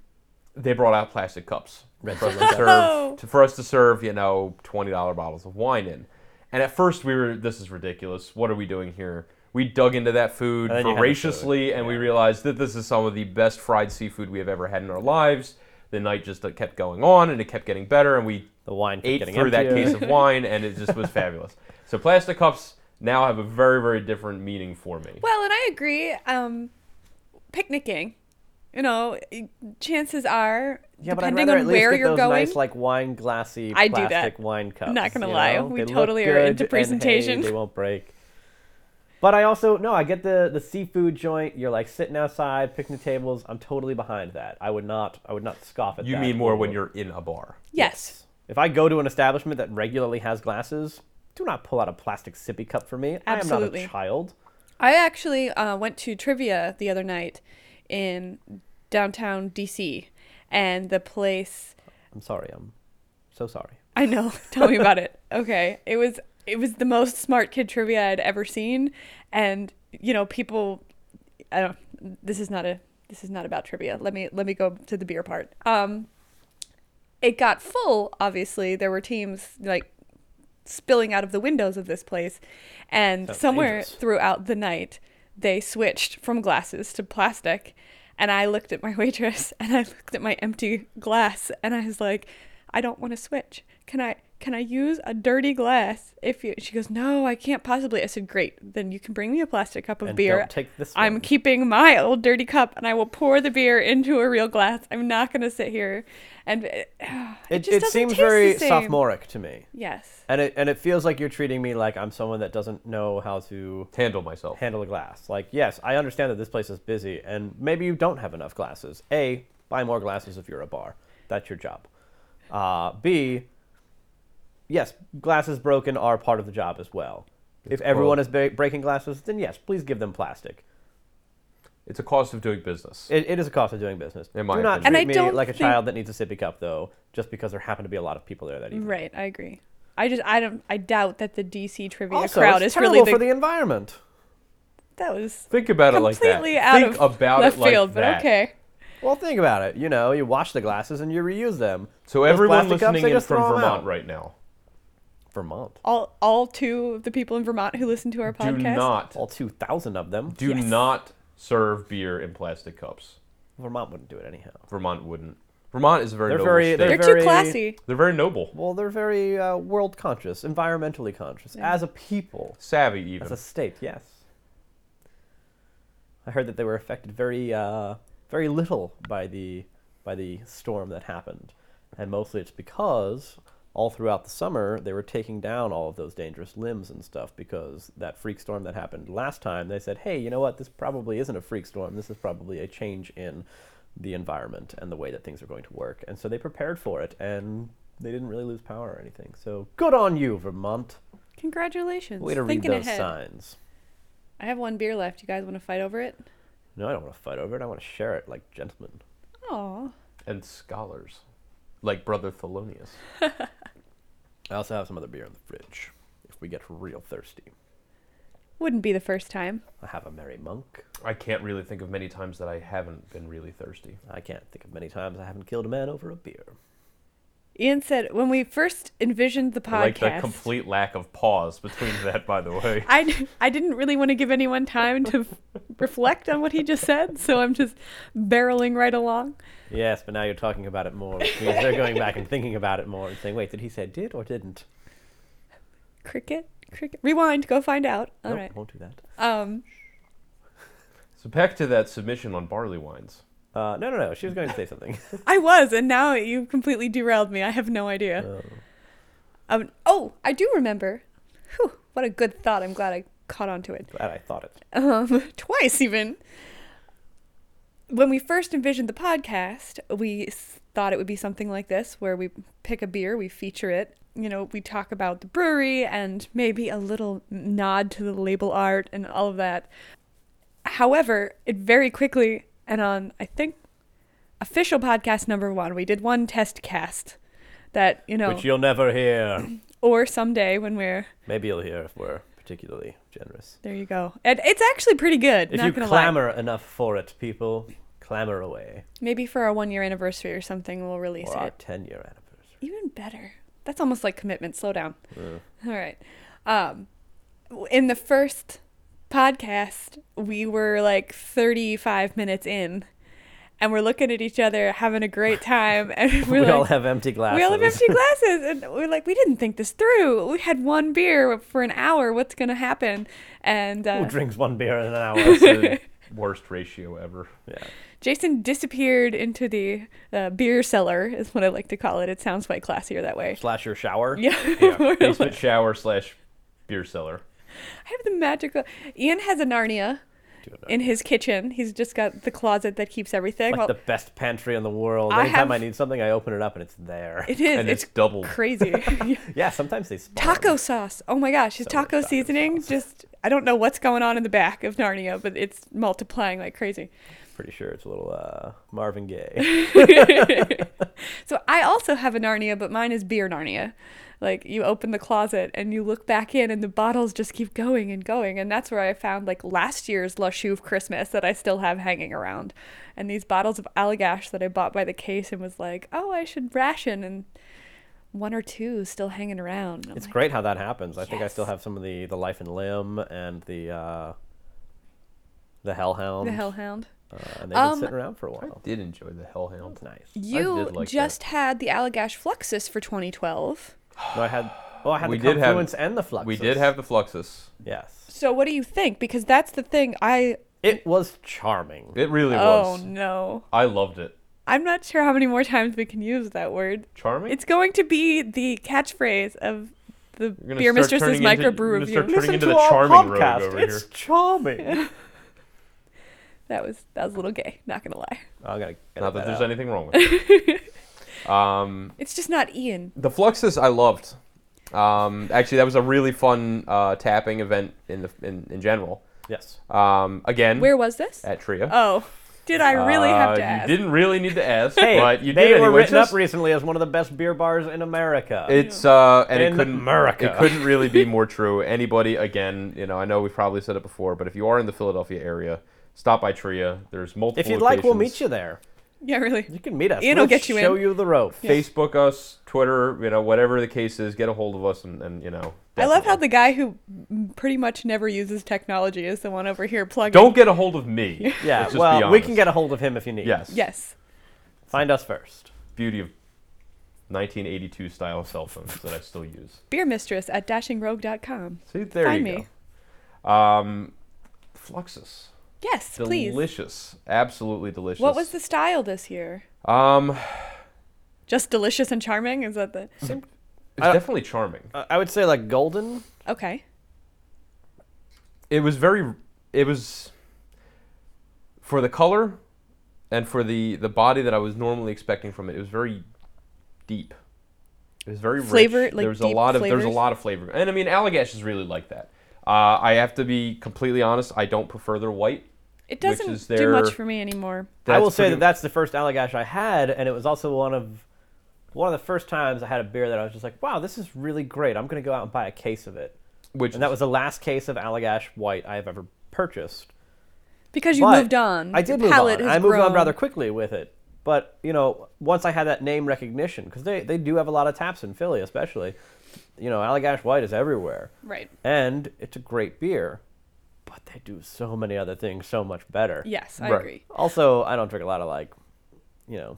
[SPEAKER 3] they brought out plastic cups
[SPEAKER 2] Red
[SPEAKER 3] for us,
[SPEAKER 2] Zone
[SPEAKER 3] to
[SPEAKER 1] cups.
[SPEAKER 3] serve, to- for us to serve, you know, twenty dollar bottles of wine in. And at first we were, this is ridiculous. What are we doing here? We dug into that food
[SPEAKER 2] And then you had the food,
[SPEAKER 3] voraciously, and we realized that this is some of the best fried seafood we have ever had in our lives. The night just uh, kept going on, and it kept getting better, and we
[SPEAKER 2] The wine kept
[SPEAKER 3] ate
[SPEAKER 2] getting
[SPEAKER 3] through that
[SPEAKER 2] emptier.
[SPEAKER 3] case of wine, and it just was fabulous. So plastic cups now have a very, very different meaning for me.
[SPEAKER 1] Well, and I agree. Um, picnicking. You know, chances are,
[SPEAKER 2] Yeah, but I'd
[SPEAKER 1] depending
[SPEAKER 2] rather at
[SPEAKER 1] on
[SPEAKER 2] least
[SPEAKER 1] where
[SPEAKER 2] get
[SPEAKER 1] you're
[SPEAKER 2] those
[SPEAKER 1] going,
[SPEAKER 2] nice like wine glassy
[SPEAKER 1] I do that.
[SPEAKER 2] plastic wine cups.
[SPEAKER 1] not gonna
[SPEAKER 2] you
[SPEAKER 1] lie,
[SPEAKER 2] know?
[SPEAKER 1] we
[SPEAKER 2] They look
[SPEAKER 1] totally are into
[SPEAKER 2] good, and, hey,
[SPEAKER 1] presentation.
[SPEAKER 2] they won't break. But I also no, I get the the seafood joint. You're like sitting outside, picnic tables. I'm totally behind that. I would not, I would not scoff at
[SPEAKER 3] you
[SPEAKER 2] that.
[SPEAKER 3] mean more
[SPEAKER 2] or-
[SPEAKER 3] when you're in a bar.
[SPEAKER 1] yes.
[SPEAKER 2] If I go to an establishment that regularly has glasses, do not pull out a plastic sippy cup for me. I am
[SPEAKER 1] Absolutely.
[SPEAKER 2] not a child.
[SPEAKER 1] I actually uh, went to trivia the other night in downtown DC, and the place.
[SPEAKER 2] I'm sorry. I'm so sorry.
[SPEAKER 1] I know. Tell me about it. Okay, it was it was the most smart kid trivia I'd ever seen, and you know, people. I don't. This is not a. This is not about trivia. Let me let me go to the beer part. Um, it got full. Obviously, there were teams like spilling out of the windows of this place, and
[SPEAKER 2] Sounds
[SPEAKER 1] somewhere
[SPEAKER 2] dangerous.
[SPEAKER 1] throughout the night, they switched from glasses to plastic, and I looked at my waitress and I looked at my empty glass, and I was like, I don't want to switch. Can I? Can I use a dirty glass? If you, she goes, no, I can't possibly. I said, great, then you can bring me a plastic cup of
[SPEAKER 2] And
[SPEAKER 1] beer.
[SPEAKER 2] don't take this
[SPEAKER 1] I'm
[SPEAKER 2] one.
[SPEAKER 1] keeping my old dirty cup, and I will pour the beer into a real glass. I'm not gonna sit here and uh, it,
[SPEAKER 2] It,
[SPEAKER 1] just
[SPEAKER 2] it,
[SPEAKER 1] doesn't
[SPEAKER 2] seems
[SPEAKER 1] taste the
[SPEAKER 2] very
[SPEAKER 1] same.
[SPEAKER 2] sophomoric to me,
[SPEAKER 1] Yes.
[SPEAKER 2] and it and it feels like you're treating me like I'm someone that doesn't know how to
[SPEAKER 3] Handle myself.
[SPEAKER 2] handle a glass. Like, yes, I understand that this place is busy, and maybe you don't have enough glasses. A, buy more glasses if you're a bar. That's your job. Uh, B, yes, glasses broken are part of the job as well. If everyone is ba- breaking glasses, then yes, please give them plastic.
[SPEAKER 3] It's a cost of doing business.
[SPEAKER 2] It, it is a cost of doing business.
[SPEAKER 3] In my
[SPEAKER 2] Do not
[SPEAKER 3] opinion.
[SPEAKER 2] treat
[SPEAKER 1] And I
[SPEAKER 2] me
[SPEAKER 1] don't
[SPEAKER 2] like a
[SPEAKER 1] think-
[SPEAKER 2] child that needs a sippy cup, though, just because there happen to be a lot of people there that evening.
[SPEAKER 1] Right. I agree. I just I don't I doubt that the DC trivia
[SPEAKER 2] Also,
[SPEAKER 1] crowd
[SPEAKER 2] it's
[SPEAKER 1] is really
[SPEAKER 2] terrible
[SPEAKER 1] the,
[SPEAKER 2] for the environment.
[SPEAKER 1] that was
[SPEAKER 3] Think about it like that.
[SPEAKER 1] completely out
[SPEAKER 3] Think
[SPEAKER 1] of
[SPEAKER 3] about
[SPEAKER 1] left
[SPEAKER 3] it like
[SPEAKER 1] field,
[SPEAKER 3] that.
[SPEAKER 1] but okay.
[SPEAKER 2] Well, think about it. You know, you wash the glasses and you reuse them.
[SPEAKER 3] So
[SPEAKER 2] Those
[SPEAKER 3] everyone
[SPEAKER 2] plastic cups,
[SPEAKER 3] listening
[SPEAKER 2] they
[SPEAKER 3] in
[SPEAKER 2] just
[SPEAKER 3] from
[SPEAKER 2] throw 'em
[SPEAKER 3] Vermont
[SPEAKER 2] out.
[SPEAKER 3] right now,
[SPEAKER 2] Vermont.
[SPEAKER 1] All all two of the people in Vermont who listen to our podcast.
[SPEAKER 3] do not
[SPEAKER 2] All 2,000 of them.
[SPEAKER 3] do
[SPEAKER 1] Yes.
[SPEAKER 3] not serve beer in plastic cups.
[SPEAKER 2] Vermont wouldn't do it anyhow.
[SPEAKER 3] Vermont wouldn't. Vermont is a very
[SPEAKER 2] They're
[SPEAKER 3] noble
[SPEAKER 2] very-
[SPEAKER 3] state.
[SPEAKER 2] they're
[SPEAKER 1] They're
[SPEAKER 3] They're,
[SPEAKER 1] too
[SPEAKER 2] very-
[SPEAKER 1] classy.
[SPEAKER 3] very noble,
[SPEAKER 2] Well, they're very uh, world conscious, environmentally conscious, as a people,
[SPEAKER 3] savvy
[SPEAKER 2] as
[SPEAKER 3] even.
[SPEAKER 2] a state. Yes. I heard that they were affected very, uh, very little by the by the storm that happened, and mostly it's because all throughout the summer they were taking down all of those dangerous limbs and stuff because that freak storm that happened last time they said, hey, you know what? This probably isn't a freak storm. This is probably a change in the environment and the way that things are going to work, and so they prepared for it and. They didn't really lose power or anything. So good on you, Vermont.
[SPEAKER 1] Congratulations.
[SPEAKER 2] Way to read
[SPEAKER 1] Thinking
[SPEAKER 2] those
[SPEAKER 1] ahead.
[SPEAKER 2] signs.
[SPEAKER 1] I have one beer left. You guys want to fight over it?
[SPEAKER 2] No, I don't want to fight over it. I want to share it like gentlemen.
[SPEAKER 1] Aw.
[SPEAKER 3] and scholars, like Brother Thelonious.
[SPEAKER 2] I also have some other beer in the fridge if we get real thirsty.
[SPEAKER 1] Wouldn't be the first time.
[SPEAKER 2] I have a merry monk.
[SPEAKER 3] I can't really think of many times that I haven't been really thirsty.
[SPEAKER 2] I can't think of many times I haven't killed a man over a beer.
[SPEAKER 1] Ian said when we first envisioned the podcast.
[SPEAKER 3] I like the complete lack of pause between that, by the way.
[SPEAKER 1] I, d- I didn't really want to give anyone time to reflect on what he just said, so I'm just barreling right along.
[SPEAKER 2] Yes, but now you're talking about it more, which means they're going back and thinking about it more and saying, wait, did he say did or didn't?
[SPEAKER 1] Cricket, cricket. Rewind, go find out. All
[SPEAKER 2] nope,
[SPEAKER 1] right.
[SPEAKER 2] won't do that.
[SPEAKER 1] Um,
[SPEAKER 3] So back to that submission on barley wines.
[SPEAKER 2] Uh, no, no, no. She was going to say something.
[SPEAKER 1] I was, and now you completely derailed me. I have no idea.
[SPEAKER 2] Oh.
[SPEAKER 1] Um, oh, I do remember. Whew, what a good thought. I'm glad I caught onto it.
[SPEAKER 2] Glad I thought it.
[SPEAKER 1] um, twice even. When we first envisioned the podcast, we s- thought it would be something like this, where we pick a beer, we feature it. You know, we talk about the brewery and maybe a little nod to the label art and all of that. However, it very quickly and on, I think, official podcast number one, we did one test cast that, you know,
[SPEAKER 2] Which you'll never hear.
[SPEAKER 1] or someday when we're
[SPEAKER 2] Maybe you'll hear if we're particularly generous.
[SPEAKER 1] there, you go. And it's actually pretty good.
[SPEAKER 2] If
[SPEAKER 1] not
[SPEAKER 2] you
[SPEAKER 1] gonna lie.
[SPEAKER 2] clamor enough for it, people, clamor away.
[SPEAKER 1] Maybe for our one year anniversary or something, we'll release
[SPEAKER 2] Or our
[SPEAKER 1] it.
[SPEAKER 2] 10 year anniversary.
[SPEAKER 1] Even better. That's almost like commitment. Slow down. All right. Um, w- in the first podcast, we were like 35 minutes in, and we're looking at each other, having a great time, and
[SPEAKER 2] We
[SPEAKER 1] we're
[SPEAKER 2] all
[SPEAKER 1] like,
[SPEAKER 2] have empty glasses.
[SPEAKER 1] we all have empty glasses, and we're like, we didn't think this through. We had one beer for an hour. What's gonna happen? And uh,
[SPEAKER 2] Who drinks one beer in an hour?
[SPEAKER 3] The worst ratio ever.
[SPEAKER 2] yeah.
[SPEAKER 1] Jason disappeared into the uh, beer cellar, is what I like to call it. It sounds way classier that way.
[SPEAKER 2] Slash your shower.
[SPEAKER 1] Yeah.
[SPEAKER 3] Yeah. Basement shower slash beer cellar.
[SPEAKER 1] I have the magical. Ian has a Narnia
[SPEAKER 2] Dude,
[SPEAKER 1] in his kitchen. He's just got the closet that keeps everything.
[SPEAKER 2] like
[SPEAKER 1] well,
[SPEAKER 2] the best pantry in the world.
[SPEAKER 1] I
[SPEAKER 2] Anytime I
[SPEAKER 1] have-
[SPEAKER 2] need something, I open it up and it's there.
[SPEAKER 1] it is.
[SPEAKER 3] and
[SPEAKER 1] It's,
[SPEAKER 3] it's double.
[SPEAKER 1] crazy.
[SPEAKER 2] yeah, sometimes they spawn.
[SPEAKER 1] taco sauce. Oh my gosh, his
[SPEAKER 2] So much
[SPEAKER 1] taco
[SPEAKER 2] taco
[SPEAKER 1] seasoning
[SPEAKER 2] sauce.
[SPEAKER 1] just. I don't know what's going on in the back of Narnia, but it's multiplying like crazy.
[SPEAKER 2] Pretty sure it's a little uh, Marvin Gaye.
[SPEAKER 1] So I also have a Narnia, but mine is beer Narnia. Like you open the closet and you look back in, and the bottles just keep going and going. And that's where I found like last year's La Chouve Christmas that I still have hanging around, and these bottles of Allagash that I bought by the case and was like, oh, I should ration, and one or two still hanging around. I'm
[SPEAKER 2] it's
[SPEAKER 1] like,
[SPEAKER 2] great how that happens. I think I still
[SPEAKER 1] Yes.
[SPEAKER 2] have some of the the Life and Limb and the uh, the Hellhound.
[SPEAKER 1] the Hellhound.
[SPEAKER 2] Uh, and they've been
[SPEAKER 1] Um,
[SPEAKER 2] sitting around for a while.
[SPEAKER 3] Did enjoy the Hellhound.
[SPEAKER 2] It's nice.
[SPEAKER 1] You
[SPEAKER 3] did like that.
[SPEAKER 1] just had the Allagash Fluxus for 2012.
[SPEAKER 2] No, I had. Oh, I had
[SPEAKER 3] We
[SPEAKER 2] the
[SPEAKER 3] did have-
[SPEAKER 2] confluence and the fluxus.
[SPEAKER 3] We did have the Fluxus.
[SPEAKER 2] Yes,
[SPEAKER 1] So what do you think? Because that's the thing I.
[SPEAKER 2] it was charming.
[SPEAKER 3] It really
[SPEAKER 1] Oh
[SPEAKER 3] was.
[SPEAKER 1] no.
[SPEAKER 3] I loved it.
[SPEAKER 1] I'm not sure how many more times we can use that word.
[SPEAKER 3] Charming.
[SPEAKER 1] It's going to be the catchbrew of the
[SPEAKER 3] gonna
[SPEAKER 1] Beer
[SPEAKER 3] start
[SPEAKER 1] Mistress's
[SPEAKER 3] turning into-
[SPEAKER 1] microbrew
[SPEAKER 3] you're gonna start
[SPEAKER 1] review.
[SPEAKER 3] turning
[SPEAKER 2] Listen
[SPEAKER 3] into
[SPEAKER 2] to
[SPEAKER 3] the
[SPEAKER 2] our
[SPEAKER 3] charming rogue
[SPEAKER 2] podcast.
[SPEAKER 3] over
[SPEAKER 2] it's
[SPEAKER 3] here.
[SPEAKER 2] charming. Oh,
[SPEAKER 1] That was that was a little gay, not gonna lie.
[SPEAKER 2] I gotta edit
[SPEAKER 3] Not that there's
[SPEAKER 2] out.
[SPEAKER 3] anything wrong with it. um,
[SPEAKER 1] It's just not Ian.
[SPEAKER 3] The Fluxus I loved. Um, actually, that was a really fun uh, tapping event in the in, in general.
[SPEAKER 2] Yes,
[SPEAKER 3] Um, again,
[SPEAKER 1] Where was this?
[SPEAKER 3] at Tria.
[SPEAKER 1] Oh, did I really have to
[SPEAKER 3] Uh,
[SPEAKER 1] ask?
[SPEAKER 3] You didn't really need to ask,
[SPEAKER 2] hey,
[SPEAKER 3] but you
[SPEAKER 2] they
[SPEAKER 3] did
[SPEAKER 2] were
[SPEAKER 3] anyway.
[SPEAKER 2] written
[SPEAKER 3] Just-
[SPEAKER 2] up recently as one of the best beer bars in America.
[SPEAKER 3] it's uh, and
[SPEAKER 2] In
[SPEAKER 3] it couldn't
[SPEAKER 2] America.
[SPEAKER 3] It couldn't really be more true. Anybody, again, you know, I know we've probably said it before, but if you are in the Philadelphia area, stop by Tria. There's multiple.
[SPEAKER 2] if you'd like, we'll
[SPEAKER 3] locations.
[SPEAKER 2] meet you there.
[SPEAKER 1] Yeah, really.
[SPEAKER 2] You can meet us.
[SPEAKER 1] Ian will
[SPEAKER 2] We'll
[SPEAKER 1] get you in.
[SPEAKER 2] show you the rope.
[SPEAKER 3] Facebook us, Twitter, you know, whatever the case is, get a hold of us, and, and you know.
[SPEAKER 1] I love how the
[SPEAKER 3] definitely.
[SPEAKER 1] guy who m- pretty much never uses technology is the one over here plugging.
[SPEAKER 3] don't get a hold of me.
[SPEAKER 2] Yeah,
[SPEAKER 3] Let's just be
[SPEAKER 2] well, we can
[SPEAKER 3] honest.
[SPEAKER 2] get a hold of him if you need.
[SPEAKER 3] Yes.
[SPEAKER 1] Yes.
[SPEAKER 2] Find us first.
[SPEAKER 3] beauty of 1982 style cell phones that I still use.
[SPEAKER 1] Beer mistress at dashingrogue.com.
[SPEAKER 3] See, there
[SPEAKER 1] Find
[SPEAKER 3] you
[SPEAKER 1] me.
[SPEAKER 3] go. Um, Fluxus.
[SPEAKER 1] Yes, please.
[SPEAKER 3] Delicious. Absolutely delicious.
[SPEAKER 1] What was the style this year?
[SPEAKER 3] Um, it's
[SPEAKER 1] Just delicious and charming? Is that the
[SPEAKER 2] I-
[SPEAKER 3] definitely charming.
[SPEAKER 2] Uh, I would say like golden.
[SPEAKER 1] Okay.
[SPEAKER 3] It was very. It was. For the color, and for the the body that I was normally expecting from it, it was very deep. It was very
[SPEAKER 1] Flavor,
[SPEAKER 3] rich.
[SPEAKER 1] like,
[SPEAKER 3] there was a
[SPEAKER 1] deep
[SPEAKER 3] lot of there's a
[SPEAKER 1] flavors?
[SPEAKER 3] lot of flavor, and I mean Allagash is really like that. Uh, I have to be completely honest. I don't prefer their white.
[SPEAKER 1] It
[SPEAKER 3] Which
[SPEAKER 1] doesn't
[SPEAKER 3] is
[SPEAKER 1] do much
[SPEAKER 3] their-
[SPEAKER 1] for me anymore.
[SPEAKER 2] I will say
[SPEAKER 3] pretty-
[SPEAKER 2] that that's the first Allagash I had, and it was also one of one of the first times I had a beer that I was just like, "Wow, this is really great. I'm going to go out and buy a case of it."
[SPEAKER 3] which
[SPEAKER 2] And that was the last case of Allagash White I have ever purchased.
[SPEAKER 1] Because you
[SPEAKER 2] But
[SPEAKER 1] moved on.
[SPEAKER 2] I did
[SPEAKER 1] Your
[SPEAKER 2] move
[SPEAKER 1] palate
[SPEAKER 2] on.
[SPEAKER 1] has
[SPEAKER 2] I moved on
[SPEAKER 1] grown.
[SPEAKER 2] rather quickly with it. But you know, once I had that name recognition, because they, they do have a lot of taps in Philly, especially. You know, Allagash White is everywhere,
[SPEAKER 1] Right.
[SPEAKER 2] and it's a great beer, but they do so many other things so much better.
[SPEAKER 1] Yes, I
[SPEAKER 3] Right.
[SPEAKER 1] agree.
[SPEAKER 2] Also, I don't drink a lot of like, you know,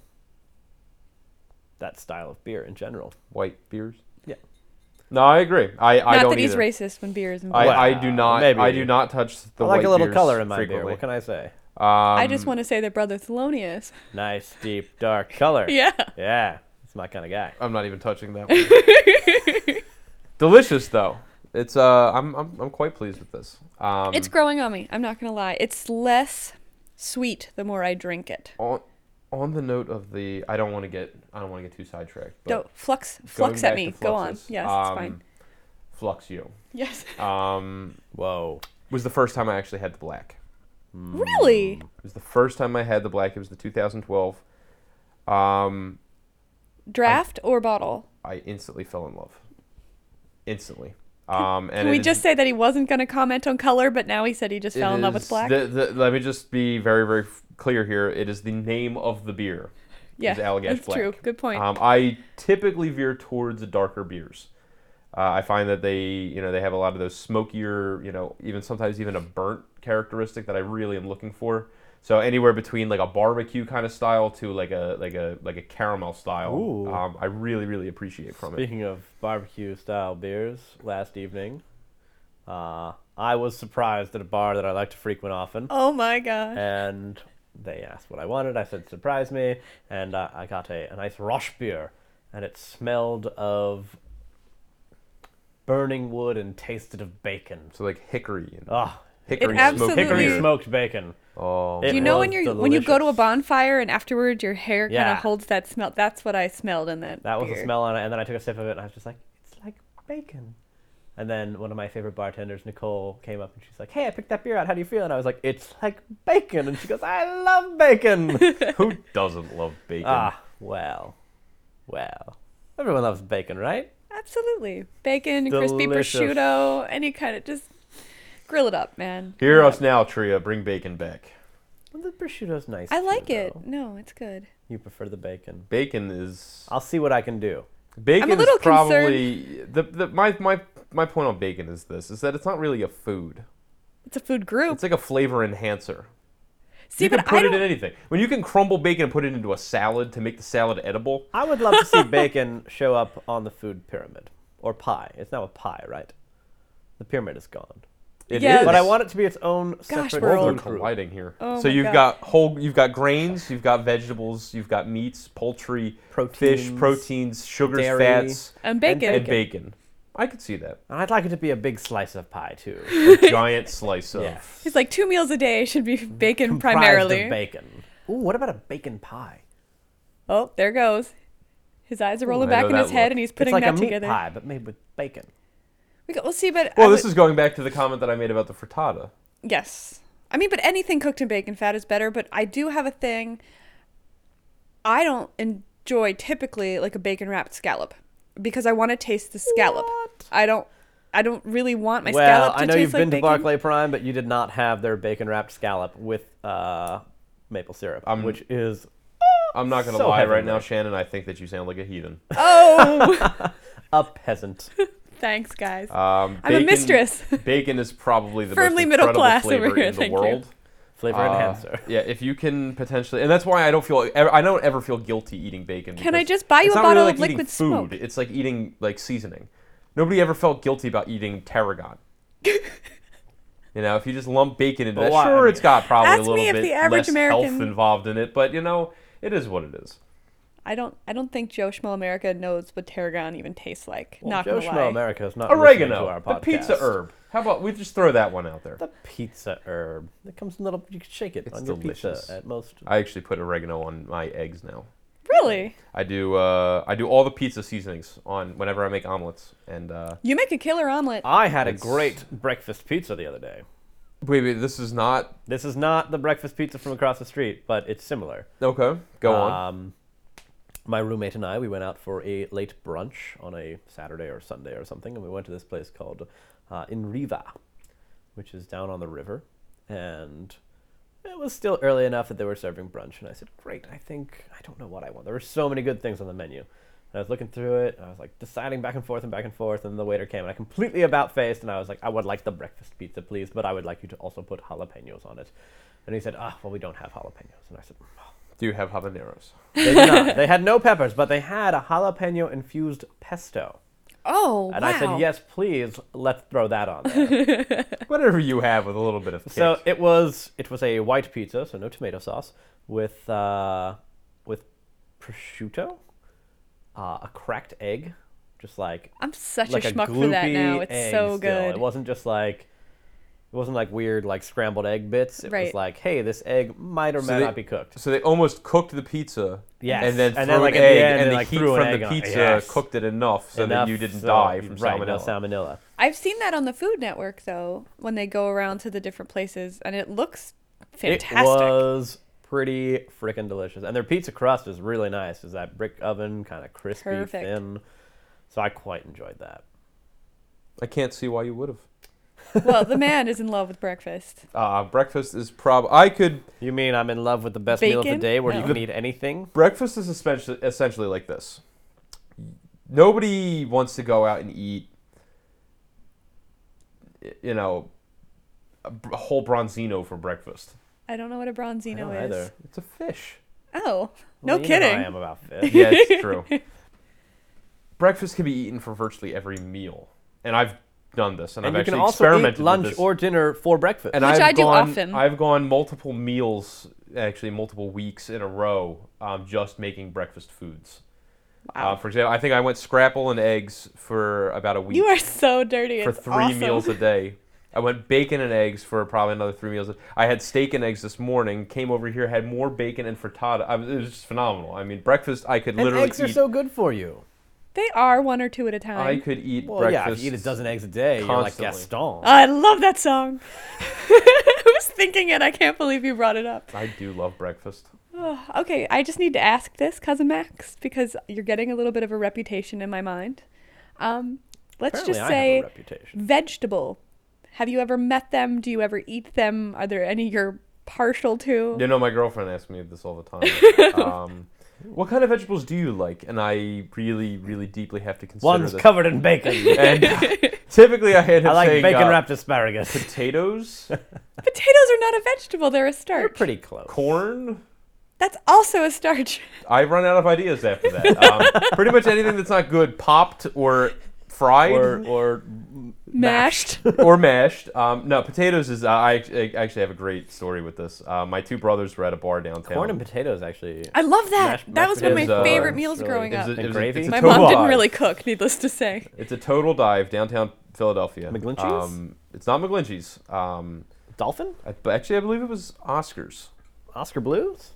[SPEAKER 2] that style of beer in general.
[SPEAKER 3] white beers.
[SPEAKER 2] Yeah.
[SPEAKER 3] No, I agree. I, I
[SPEAKER 1] Not
[SPEAKER 3] don't
[SPEAKER 1] that he's
[SPEAKER 3] either.
[SPEAKER 1] racist when beer is
[SPEAKER 3] I,
[SPEAKER 1] involved. I,
[SPEAKER 3] I do
[SPEAKER 2] Well,
[SPEAKER 3] not. I
[SPEAKER 2] maybe.
[SPEAKER 3] do not touch the
[SPEAKER 2] I like
[SPEAKER 3] white
[SPEAKER 2] a little
[SPEAKER 3] beers
[SPEAKER 2] color in my beer.
[SPEAKER 3] frequently.
[SPEAKER 2] What can I say?
[SPEAKER 3] um,
[SPEAKER 1] just want to say that Brother Thelonious.
[SPEAKER 2] Nice, deep, dark color.
[SPEAKER 1] yeah.
[SPEAKER 2] Yeah. It's my kind of guy.
[SPEAKER 3] I'm not even touching that. one. Delicious though. It's uh, I'm, I'm I'm quite pleased with this. Um,
[SPEAKER 1] It's growing on me. I'm not going to lie. It's less sweet the more I drink it.
[SPEAKER 3] on on the note of the. I don't want to get. I don't want to get too sidetracked. But
[SPEAKER 1] Don't flux
[SPEAKER 3] going
[SPEAKER 1] flux at
[SPEAKER 3] back
[SPEAKER 1] me.
[SPEAKER 3] to
[SPEAKER 1] Go on.
[SPEAKER 3] Fluxus,
[SPEAKER 1] Yes, it's fine.
[SPEAKER 3] um, Flux you.
[SPEAKER 1] Yes.
[SPEAKER 3] Um,
[SPEAKER 2] Whoa.
[SPEAKER 3] was the first time I actually had the black. hmm,
[SPEAKER 1] really?
[SPEAKER 3] It was the first time I had the black. It was the 2012. Um,
[SPEAKER 1] Draft or bottle?
[SPEAKER 3] I instantly fell in love. Instantly. Um, and
[SPEAKER 1] Can we
[SPEAKER 3] it is-
[SPEAKER 1] just say that he wasn't going to comment on color, but now he said he just
[SPEAKER 3] it
[SPEAKER 1] fell in love
[SPEAKER 3] is
[SPEAKER 1] with black?
[SPEAKER 3] The, the, let me just be very, very f- clear here. It is the name of the beer.
[SPEAKER 1] yeah,
[SPEAKER 3] is Allagash
[SPEAKER 1] that's true.
[SPEAKER 3] Black.
[SPEAKER 1] Good point.
[SPEAKER 3] Um, I typically veer towards darker beers. Uh, I find that they, you know, they have a lot of those smokier, you know, even sometimes even a burnt characteristic that I really am looking for. So anywhere between like a barbecue kind of style to like a like a like a caramel style,
[SPEAKER 2] Ooh.
[SPEAKER 3] um, I really really appreciate from it.
[SPEAKER 2] Speaking of barbecue style beers, last evening, uh, I was surprised at a bar that I like to frequent often,
[SPEAKER 1] oh my gosh.
[SPEAKER 2] and they asked what I wanted. I said, "Surprise me," and uh, I got a, a nice Roche beer, and it smelled of burning wood and tasted of bacon.
[SPEAKER 3] So like hickory and
[SPEAKER 2] Ah,
[SPEAKER 3] hickory smoked
[SPEAKER 1] absolutely-
[SPEAKER 2] hickory
[SPEAKER 3] beer.
[SPEAKER 2] smoked bacon.
[SPEAKER 3] Oh,
[SPEAKER 2] It
[SPEAKER 1] Do you know
[SPEAKER 2] was
[SPEAKER 1] when you are when you go to a
[SPEAKER 2] delicious.
[SPEAKER 1] bonfire and afterwards your hair kind
[SPEAKER 2] Yeah.
[SPEAKER 1] of holds that smell? That's what I smelled in that.
[SPEAKER 2] That was
[SPEAKER 1] beer.
[SPEAKER 2] the smell on it, and then I took a sip of it, and I was just like, "It's like bacon." And then one of my favorite bartenders, Nicole, came up and she's like, "Hey, I picked that beer out. How do you feel?" And I was like, "It's like bacon." And she goes, "I love bacon."
[SPEAKER 3] Who doesn't love bacon?
[SPEAKER 2] ah, well, well, everyone loves bacon, right?
[SPEAKER 1] Absolutely. Bacon, crispy
[SPEAKER 2] Delicious.
[SPEAKER 1] prosciutto, any kind of just grill it up, man.
[SPEAKER 3] Hear us now, Tria. Bring bacon back.
[SPEAKER 2] Well, the prosciutto's nice.
[SPEAKER 1] I
[SPEAKER 2] too,
[SPEAKER 1] like it.
[SPEAKER 2] though.
[SPEAKER 1] No, it's good.
[SPEAKER 2] You prefer the bacon.
[SPEAKER 3] Bacon is
[SPEAKER 2] I'll see what I can do.
[SPEAKER 3] bacon
[SPEAKER 1] I'm a little
[SPEAKER 3] is probably the, the my my my point on bacon is this is that it's not really a food.
[SPEAKER 1] It's a food group.
[SPEAKER 3] It's like a flavor enhancer.
[SPEAKER 1] Oh. See,
[SPEAKER 3] you can
[SPEAKER 1] but
[SPEAKER 3] put
[SPEAKER 1] I
[SPEAKER 3] it in
[SPEAKER 1] don't.
[SPEAKER 3] anything. When you can crumble bacon and put it into a salad to make the salad edible,
[SPEAKER 2] I would love to see bacon show up on the food pyramid or pie. It's now a pie, right? The pyramid is gone,
[SPEAKER 3] it is.
[SPEAKER 1] Yeah,
[SPEAKER 2] but I
[SPEAKER 1] Yes.
[SPEAKER 2] want it to be its own
[SPEAKER 1] Gosh,
[SPEAKER 2] separate
[SPEAKER 1] we're
[SPEAKER 3] Worlds
[SPEAKER 1] all-
[SPEAKER 3] are
[SPEAKER 2] food group.
[SPEAKER 3] colliding here.
[SPEAKER 1] Oh
[SPEAKER 3] so
[SPEAKER 1] my
[SPEAKER 3] you've
[SPEAKER 1] God.
[SPEAKER 3] got whole, you've got grains, you've got vegetables, you've got meats, poultry, fish,
[SPEAKER 2] Proteins,
[SPEAKER 3] proteins, sugars,
[SPEAKER 2] dairy,
[SPEAKER 3] fats,
[SPEAKER 1] And bacon.
[SPEAKER 3] and bacon. I could see that.
[SPEAKER 2] And I'd like it to be a big slice of pie too.
[SPEAKER 3] A giant slice of.
[SPEAKER 2] yes.
[SPEAKER 1] It's like two meals a day should be bacon
[SPEAKER 2] Comprised
[SPEAKER 1] primarily.
[SPEAKER 2] Of bacon. Ooh, what about a bacon pie?
[SPEAKER 1] oh, there goes. His eyes are rolling
[SPEAKER 3] I
[SPEAKER 1] back
[SPEAKER 3] know
[SPEAKER 1] in
[SPEAKER 3] that
[SPEAKER 1] his head,
[SPEAKER 3] look.
[SPEAKER 1] and he's putting
[SPEAKER 2] it's like
[SPEAKER 1] that
[SPEAKER 2] a meat
[SPEAKER 1] together.
[SPEAKER 2] pie, but made with bacon.
[SPEAKER 1] We go, well, see, but
[SPEAKER 3] Well,
[SPEAKER 1] I
[SPEAKER 3] this
[SPEAKER 1] would-
[SPEAKER 3] is going back to the comment that I made about the frittata.
[SPEAKER 1] Yes. I mean, but anything cooked in bacon fat is better, but I do have a thing. I don't enjoy typically like a bacon wrapped scallop because I want to taste the scallop.
[SPEAKER 2] What?
[SPEAKER 1] I don't I don't really want my
[SPEAKER 2] well,
[SPEAKER 1] scallop to
[SPEAKER 2] I know
[SPEAKER 1] taste
[SPEAKER 2] you've
[SPEAKER 1] like
[SPEAKER 2] been to
[SPEAKER 1] bacon.
[SPEAKER 2] Barclay Prime, but you did not have their bacon wrapped scallop with uh, maple syrup,
[SPEAKER 3] Um,
[SPEAKER 2] which is
[SPEAKER 3] I'm not going to
[SPEAKER 2] So
[SPEAKER 3] lie right
[SPEAKER 2] heavenly.
[SPEAKER 3] now, Shannon. I think that you sound like a heathen.
[SPEAKER 1] Oh,
[SPEAKER 2] a peasant.
[SPEAKER 1] thanks guys.
[SPEAKER 2] Uh,
[SPEAKER 3] Um,
[SPEAKER 1] I'm a
[SPEAKER 3] bacon-
[SPEAKER 1] mistress.
[SPEAKER 3] bacon is probably the
[SPEAKER 1] Firmly
[SPEAKER 3] most
[SPEAKER 1] middle
[SPEAKER 3] incredible
[SPEAKER 1] class over
[SPEAKER 3] flavor
[SPEAKER 1] here,
[SPEAKER 3] in the
[SPEAKER 1] thank you.
[SPEAKER 3] world.
[SPEAKER 2] Flavor
[SPEAKER 3] Uh,
[SPEAKER 2] enhancer.
[SPEAKER 3] yeah, if you can potentially, and that's why I don't feel ever, I don't ever feel guilty eating bacon.
[SPEAKER 1] Can I
[SPEAKER 3] because
[SPEAKER 1] just buy you
[SPEAKER 3] it's
[SPEAKER 1] a
[SPEAKER 3] not
[SPEAKER 1] bottle
[SPEAKER 3] really
[SPEAKER 1] of
[SPEAKER 3] like eating
[SPEAKER 1] liquid
[SPEAKER 3] food.
[SPEAKER 1] smoke?
[SPEAKER 3] It's like eating like seasoning. Nobody ever felt guilty about eating tarragon. you know, if you just lump bacon into
[SPEAKER 2] But
[SPEAKER 3] that,
[SPEAKER 2] why?
[SPEAKER 3] sure, it's got probably
[SPEAKER 1] Ask
[SPEAKER 3] a little
[SPEAKER 1] me if
[SPEAKER 3] bit
[SPEAKER 1] the average
[SPEAKER 3] less health
[SPEAKER 1] American-
[SPEAKER 3] involved in it, but you know, it is what it is.
[SPEAKER 1] I don't I don't think Joe Schmo America knows what tarragon even tastes like.
[SPEAKER 2] Well,
[SPEAKER 1] Not
[SPEAKER 2] Joe
[SPEAKER 1] gonna
[SPEAKER 2] Schmo
[SPEAKER 1] lie.
[SPEAKER 2] America is not listening to
[SPEAKER 3] Oregano,
[SPEAKER 2] our
[SPEAKER 3] the
[SPEAKER 2] podcast.
[SPEAKER 3] pizza herb. How about we just throw that one out there?
[SPEAKER 2] The pizza herb. It comes in little. You can shake it
[SPEAKER 3] It's
[SPEAKER 2] on your
[SPEAKER 3] delicious.
[SPEAKER 2] pizza at most.
[SPEAKER 3] I actually put oregano on my eggs now.
[SPEAKER 1] Really?
[SPEAKER 3] I do. Uh, I do all the pizza seasonings on whenever I make omelets, and uh,
[SPEAKER 1] You make a killer omelet.
[SPEAKER 2] I had a
[SPEAKER 3] It's-
[SPEAKER 2] great breakfast pizza the other day.
[SPEAKER 3] Wait, wait, this is not
[SPEAKER 2] This is not the breakfast pizza from across the street, but it's similar.
[SPEAKER 3] okay. Go on.
[SPEAKER 2] Um, my roommate and I, we went out for a late brunch on a Saturday or Sunday or something, and we went to this place called uh, Inriva, which is down on the river. And it was still early enough that they were serving brunch, and I said, "Great, I think I don't know what I want." There were so many good things on the menu. And I was looking through it, and I was like deciding back and forth and back and forth, and the waiter came, and I completely about faced, and I was like, "I would like the breakfast pizza, please, but I would like you to also put jalapenos on it." And he said, "Ah, well, we don't have jalapenos." And I said, "Oh,
[SPEAKER 3] Do you have habaneros?
[SPEAKER 2] they did not. They had no peppers, but they had a jalapeno infused pesto.
[SPEAKER 1] Oh,
[SPEAKER 2] And
[SPEAKER 1] wow.
[SPEAKER 2] I said, yes, please, let's throw that on there.
[SPEAKER 3] Whatever you have with a little bit of kick.
[SPEAKER 2] so it was it was a white pizza, so no tomato sauce, with uh, with prosciutto, uh, a cracked egg, just like
[SPEAKER 1] I'm such
[SPEAKER 2] like
[SPEAKER 1] a
[SPEAKER 2] a
[SPEAKER 1] schmuck for that now.
[SPEAKER 2] gloopy
[SPEAKER 1] It's
[SPEAKER 2] egg
[SPEAKER 1] so
[SPEAKER 2] still.
[SPEAKER 1] good.
[SPEAKER 2] It wasn't just like it wasn't like weird like scrambled egg bits. It
[SPEAKER 1] Right.
[SPEAKER 2] was like, hey, this egg might or
[SPEAKER 3] So
[SPEAKER 2] might
[SPEAKER 3] they-
[SPEAKER 2] not be cooked.
[SPEAKER 3] so they almost cooked the pizza,
[SPEAKER 2] Yes.
[SPEAKER 3] and then
[SPEAKER 2] And then,
[SPEAKER 3] threw
[SPEAKER 2] like, at
[SPEAKER 3] an
[SPEAKER 2] the
[SPEAKER 3] egg,
[SPEAKER 2] end,
[SPEAKER 3] and
[SPEAKER 2] they,
[SPEAKER 3] the
[SPEAKER 2] like,
[SPEAKER 3] heat
[SPEAKER 2] threw an
[SPEAKER 3] from the
[SPEAKER 2] egg on it.
[SPEAKER 3] pizza
[SPEAKER 2] Yes.
[SPEAKER 3] cooked it enough so that you
[SPEAKER 2] Enough,
[SPEAKER 3] didn't
[SPEAKER 2] so-
[SPEAKER 3] die from
[SPEAKER 2] right,
[SPEAKER 3] salmonella.
[SPEAKER 2] No salmonella.
[SPEAKER 1] I've seen that on the Food Network though, when they go around to the different places, and it looks fantastic.
[SPEAKER 2] It was pretty freaking delicious, and their pizza crust is really nice. Is that brick oven kind of crispy,
[SPEAKER 1] Perfect.
[SPEAKER 2] thin? So I quite enjoyed that.
[SPEAKER 3] I can't see why you would have.
[SPEAKER 1] well, the man is in love with breakfast.
[SPEAKER 3] Uh, breakfast is prob. I could.
[SPEAKER 2] You mean I'm in love with the best meal of
[SPEAKER 1] Bacon?
[SPEAKER 2] the day, where you
[SPEAKER 1] No.
[SPEAKER 2] can eat anything?
[SPEAKER 3] Breakfast is essentially essentially like this. Nobody wants to go out and eat. y- You know, a b- a whole bronzino for breakfast.
[SPEAKER 1] I don't know what a bronzino
[SPEAKER 2] I don't
[SPEAKER 1] is.
[SPEAKER 2] either.
[SPEAKER 3] It's a fish.
[SPEAKER 1] Oh, no
[SPEAKER 2] Well, you know how
[SPEAKER 1] kidding.
[SPEAKER 2] I am about fish.
[SPEAKER 3] Yeah, it's true. Breakfast can be eaten for virtually every meal, and I've done this, and,
[SPEAKER 2] and
[SPEAKER 3] I've
[SPEAKER 2] you can
[SPEAKER 3] actually
[SPEAKER 2] also eat
[SPEAKER 3] experimented with
[SPEAKER 2] lunch
[SPEAKER 3] this.
[SPEAKER 2] or dinner for breakfast.
[SPEAKER 3] and
[SPEAKER 1] Which
[SPEAKER 3] I've
[SPEAKER 1] I do
[SPEAKER 3] gone,
[SPEAKER 1] often.
[SPEAKER 3] I've gone multiple meals, actually multiple weeks in a row, um, just making breakfast foods. Uh,
[SPEAKER 1] Wow.
[SPEAKER 3] for example, I think I went scrapple and eggs for about a week
[SPEAKER 1] You are so dirty.
[SPEAKER 3] for
[SPEAKER 1] it's
[SPEAKER 3] three
[SPEAKER 1] awesome.
[SPEAKER 3] meals a day. I went bacon and eggs for probably another three meals. I had steak and eggs this morning. Came over here, had more bacon and frittata. I, it was just phenomenal. I mean, breakfast I could
[SPEAKER 2] And
[SPEAKER 3] literally
[SPEAKER 2] eggs are
[SPEAKER 3] eat
[SPEAKER 2] so good for you.
[SPEAKER 1] They are one or two at a time.
[SPEAKER 3] I could eat
[SPEAKER 2] Well,
[SPEAKER 3] breakfast.
[SPEAKER 2] yeah, if you eat a dozen eggs a day, you're like
[SPEAKER 3] constantly.
[SPEAKER 2] Gaston.
[SPEAKER 1] I love that song. Who's thinking it? I can't believe you brought it up.
[SPEAKER 3] I do love breakfast.
[SPEAKER 1] Ugh, okay, I just need to ask this, cousin Max, because you're getting a little bit of a reputation in my mind. Um, let's
[SPEAKER 2] Apparently,
[SPEAKER 1] just
[SPEAKER 2] I have a
[SPEAKER 1] say
[SPEAKER 2] reputation.
[SPEAKER 1] vegetable. Have you ever met them? Do you ever eat them? Are there any you're partial to?
[SPEAKER 3] You know, my girlfriend asks me this all the time. um, what kind of vegetables do you like? And I really, really deeply have to consider
[SPEAKER 2] One's
[SPEAKER 3] this.
[SPEAKER 2] covered in bacon.
[SPEAKER 3] And typically, I end up
[SPEAKER 2] I like
[SPEAKER 3] saying,
[SPEAKER 2] bacon
[SPEAKER 3] uh,
[SPEAKER 2] wrapped asparagus.
[SPEAKER 3] potatoes,
[SPEAKER 1] Potatoes are not a vegetable; they're a
[SPEAKER 2] They're
[SPEAKER 1] starch.
[SPEAKER 2] pretty close.
[SPEAKER 3] corn.
[SPEAKER 1] That's also a starch.
[SPEAKER 3] I run out of ideas after that. Um, pretty much anything that's not good, popped or fried
[SPEAKER 2] Or,
[SPEAKER 3] or,
[SPEAKER 2] or
[SPEAKER 1] Mashed.
[SPEAKER 3] mashed. Um, no, potatoes is. Uh, I act- I actually have a great story with this. Uh, my two brothers were at a bar downtown.
[SPEAKER 2] corn and potatoes, actually.
[SPEAKER 1] I love that.
[SPEAKER 2] Mashed-
[SPEAKER 1] that
[SPEAKER 2] mashed
[SPEAKER 1] was one of my
[SPEAKER 3] potatoes, uh,
[SPEAKER 1] favorite
[SPEAKER 3] it's
[SPEAKER 1] meals
[SPEAKER 2] really-
[SPEAKER 1] growing
[SPEAKER 3] It
[SPEAKER 1] up.
[SPEAKER 3] was a-
[SPEAKER 2] And
[SPEAKER 3] it was a-
[SPEAKER 2] gravy?
[SPEAKER 3] it's a
[SPEAKER 1] my
[SPEAKER 3] total
[SPEAKER 1] mom didn't
[SPEAKER 3] dive.
[SPEAKER 1] really cook, needless to say.
[SPEAKER 3] It's a total dive downtown Philadelphia.
[SPEAKER 2] McGlinchey's?
[SPEAKER 3] Um, it's not McGlinchey's. Um,
[SPEAKER 2] Dolphin?
[SPEAKER 3] I, but actually, I believe it was Oscars.
[SPEAKER 2] Oscar Blues?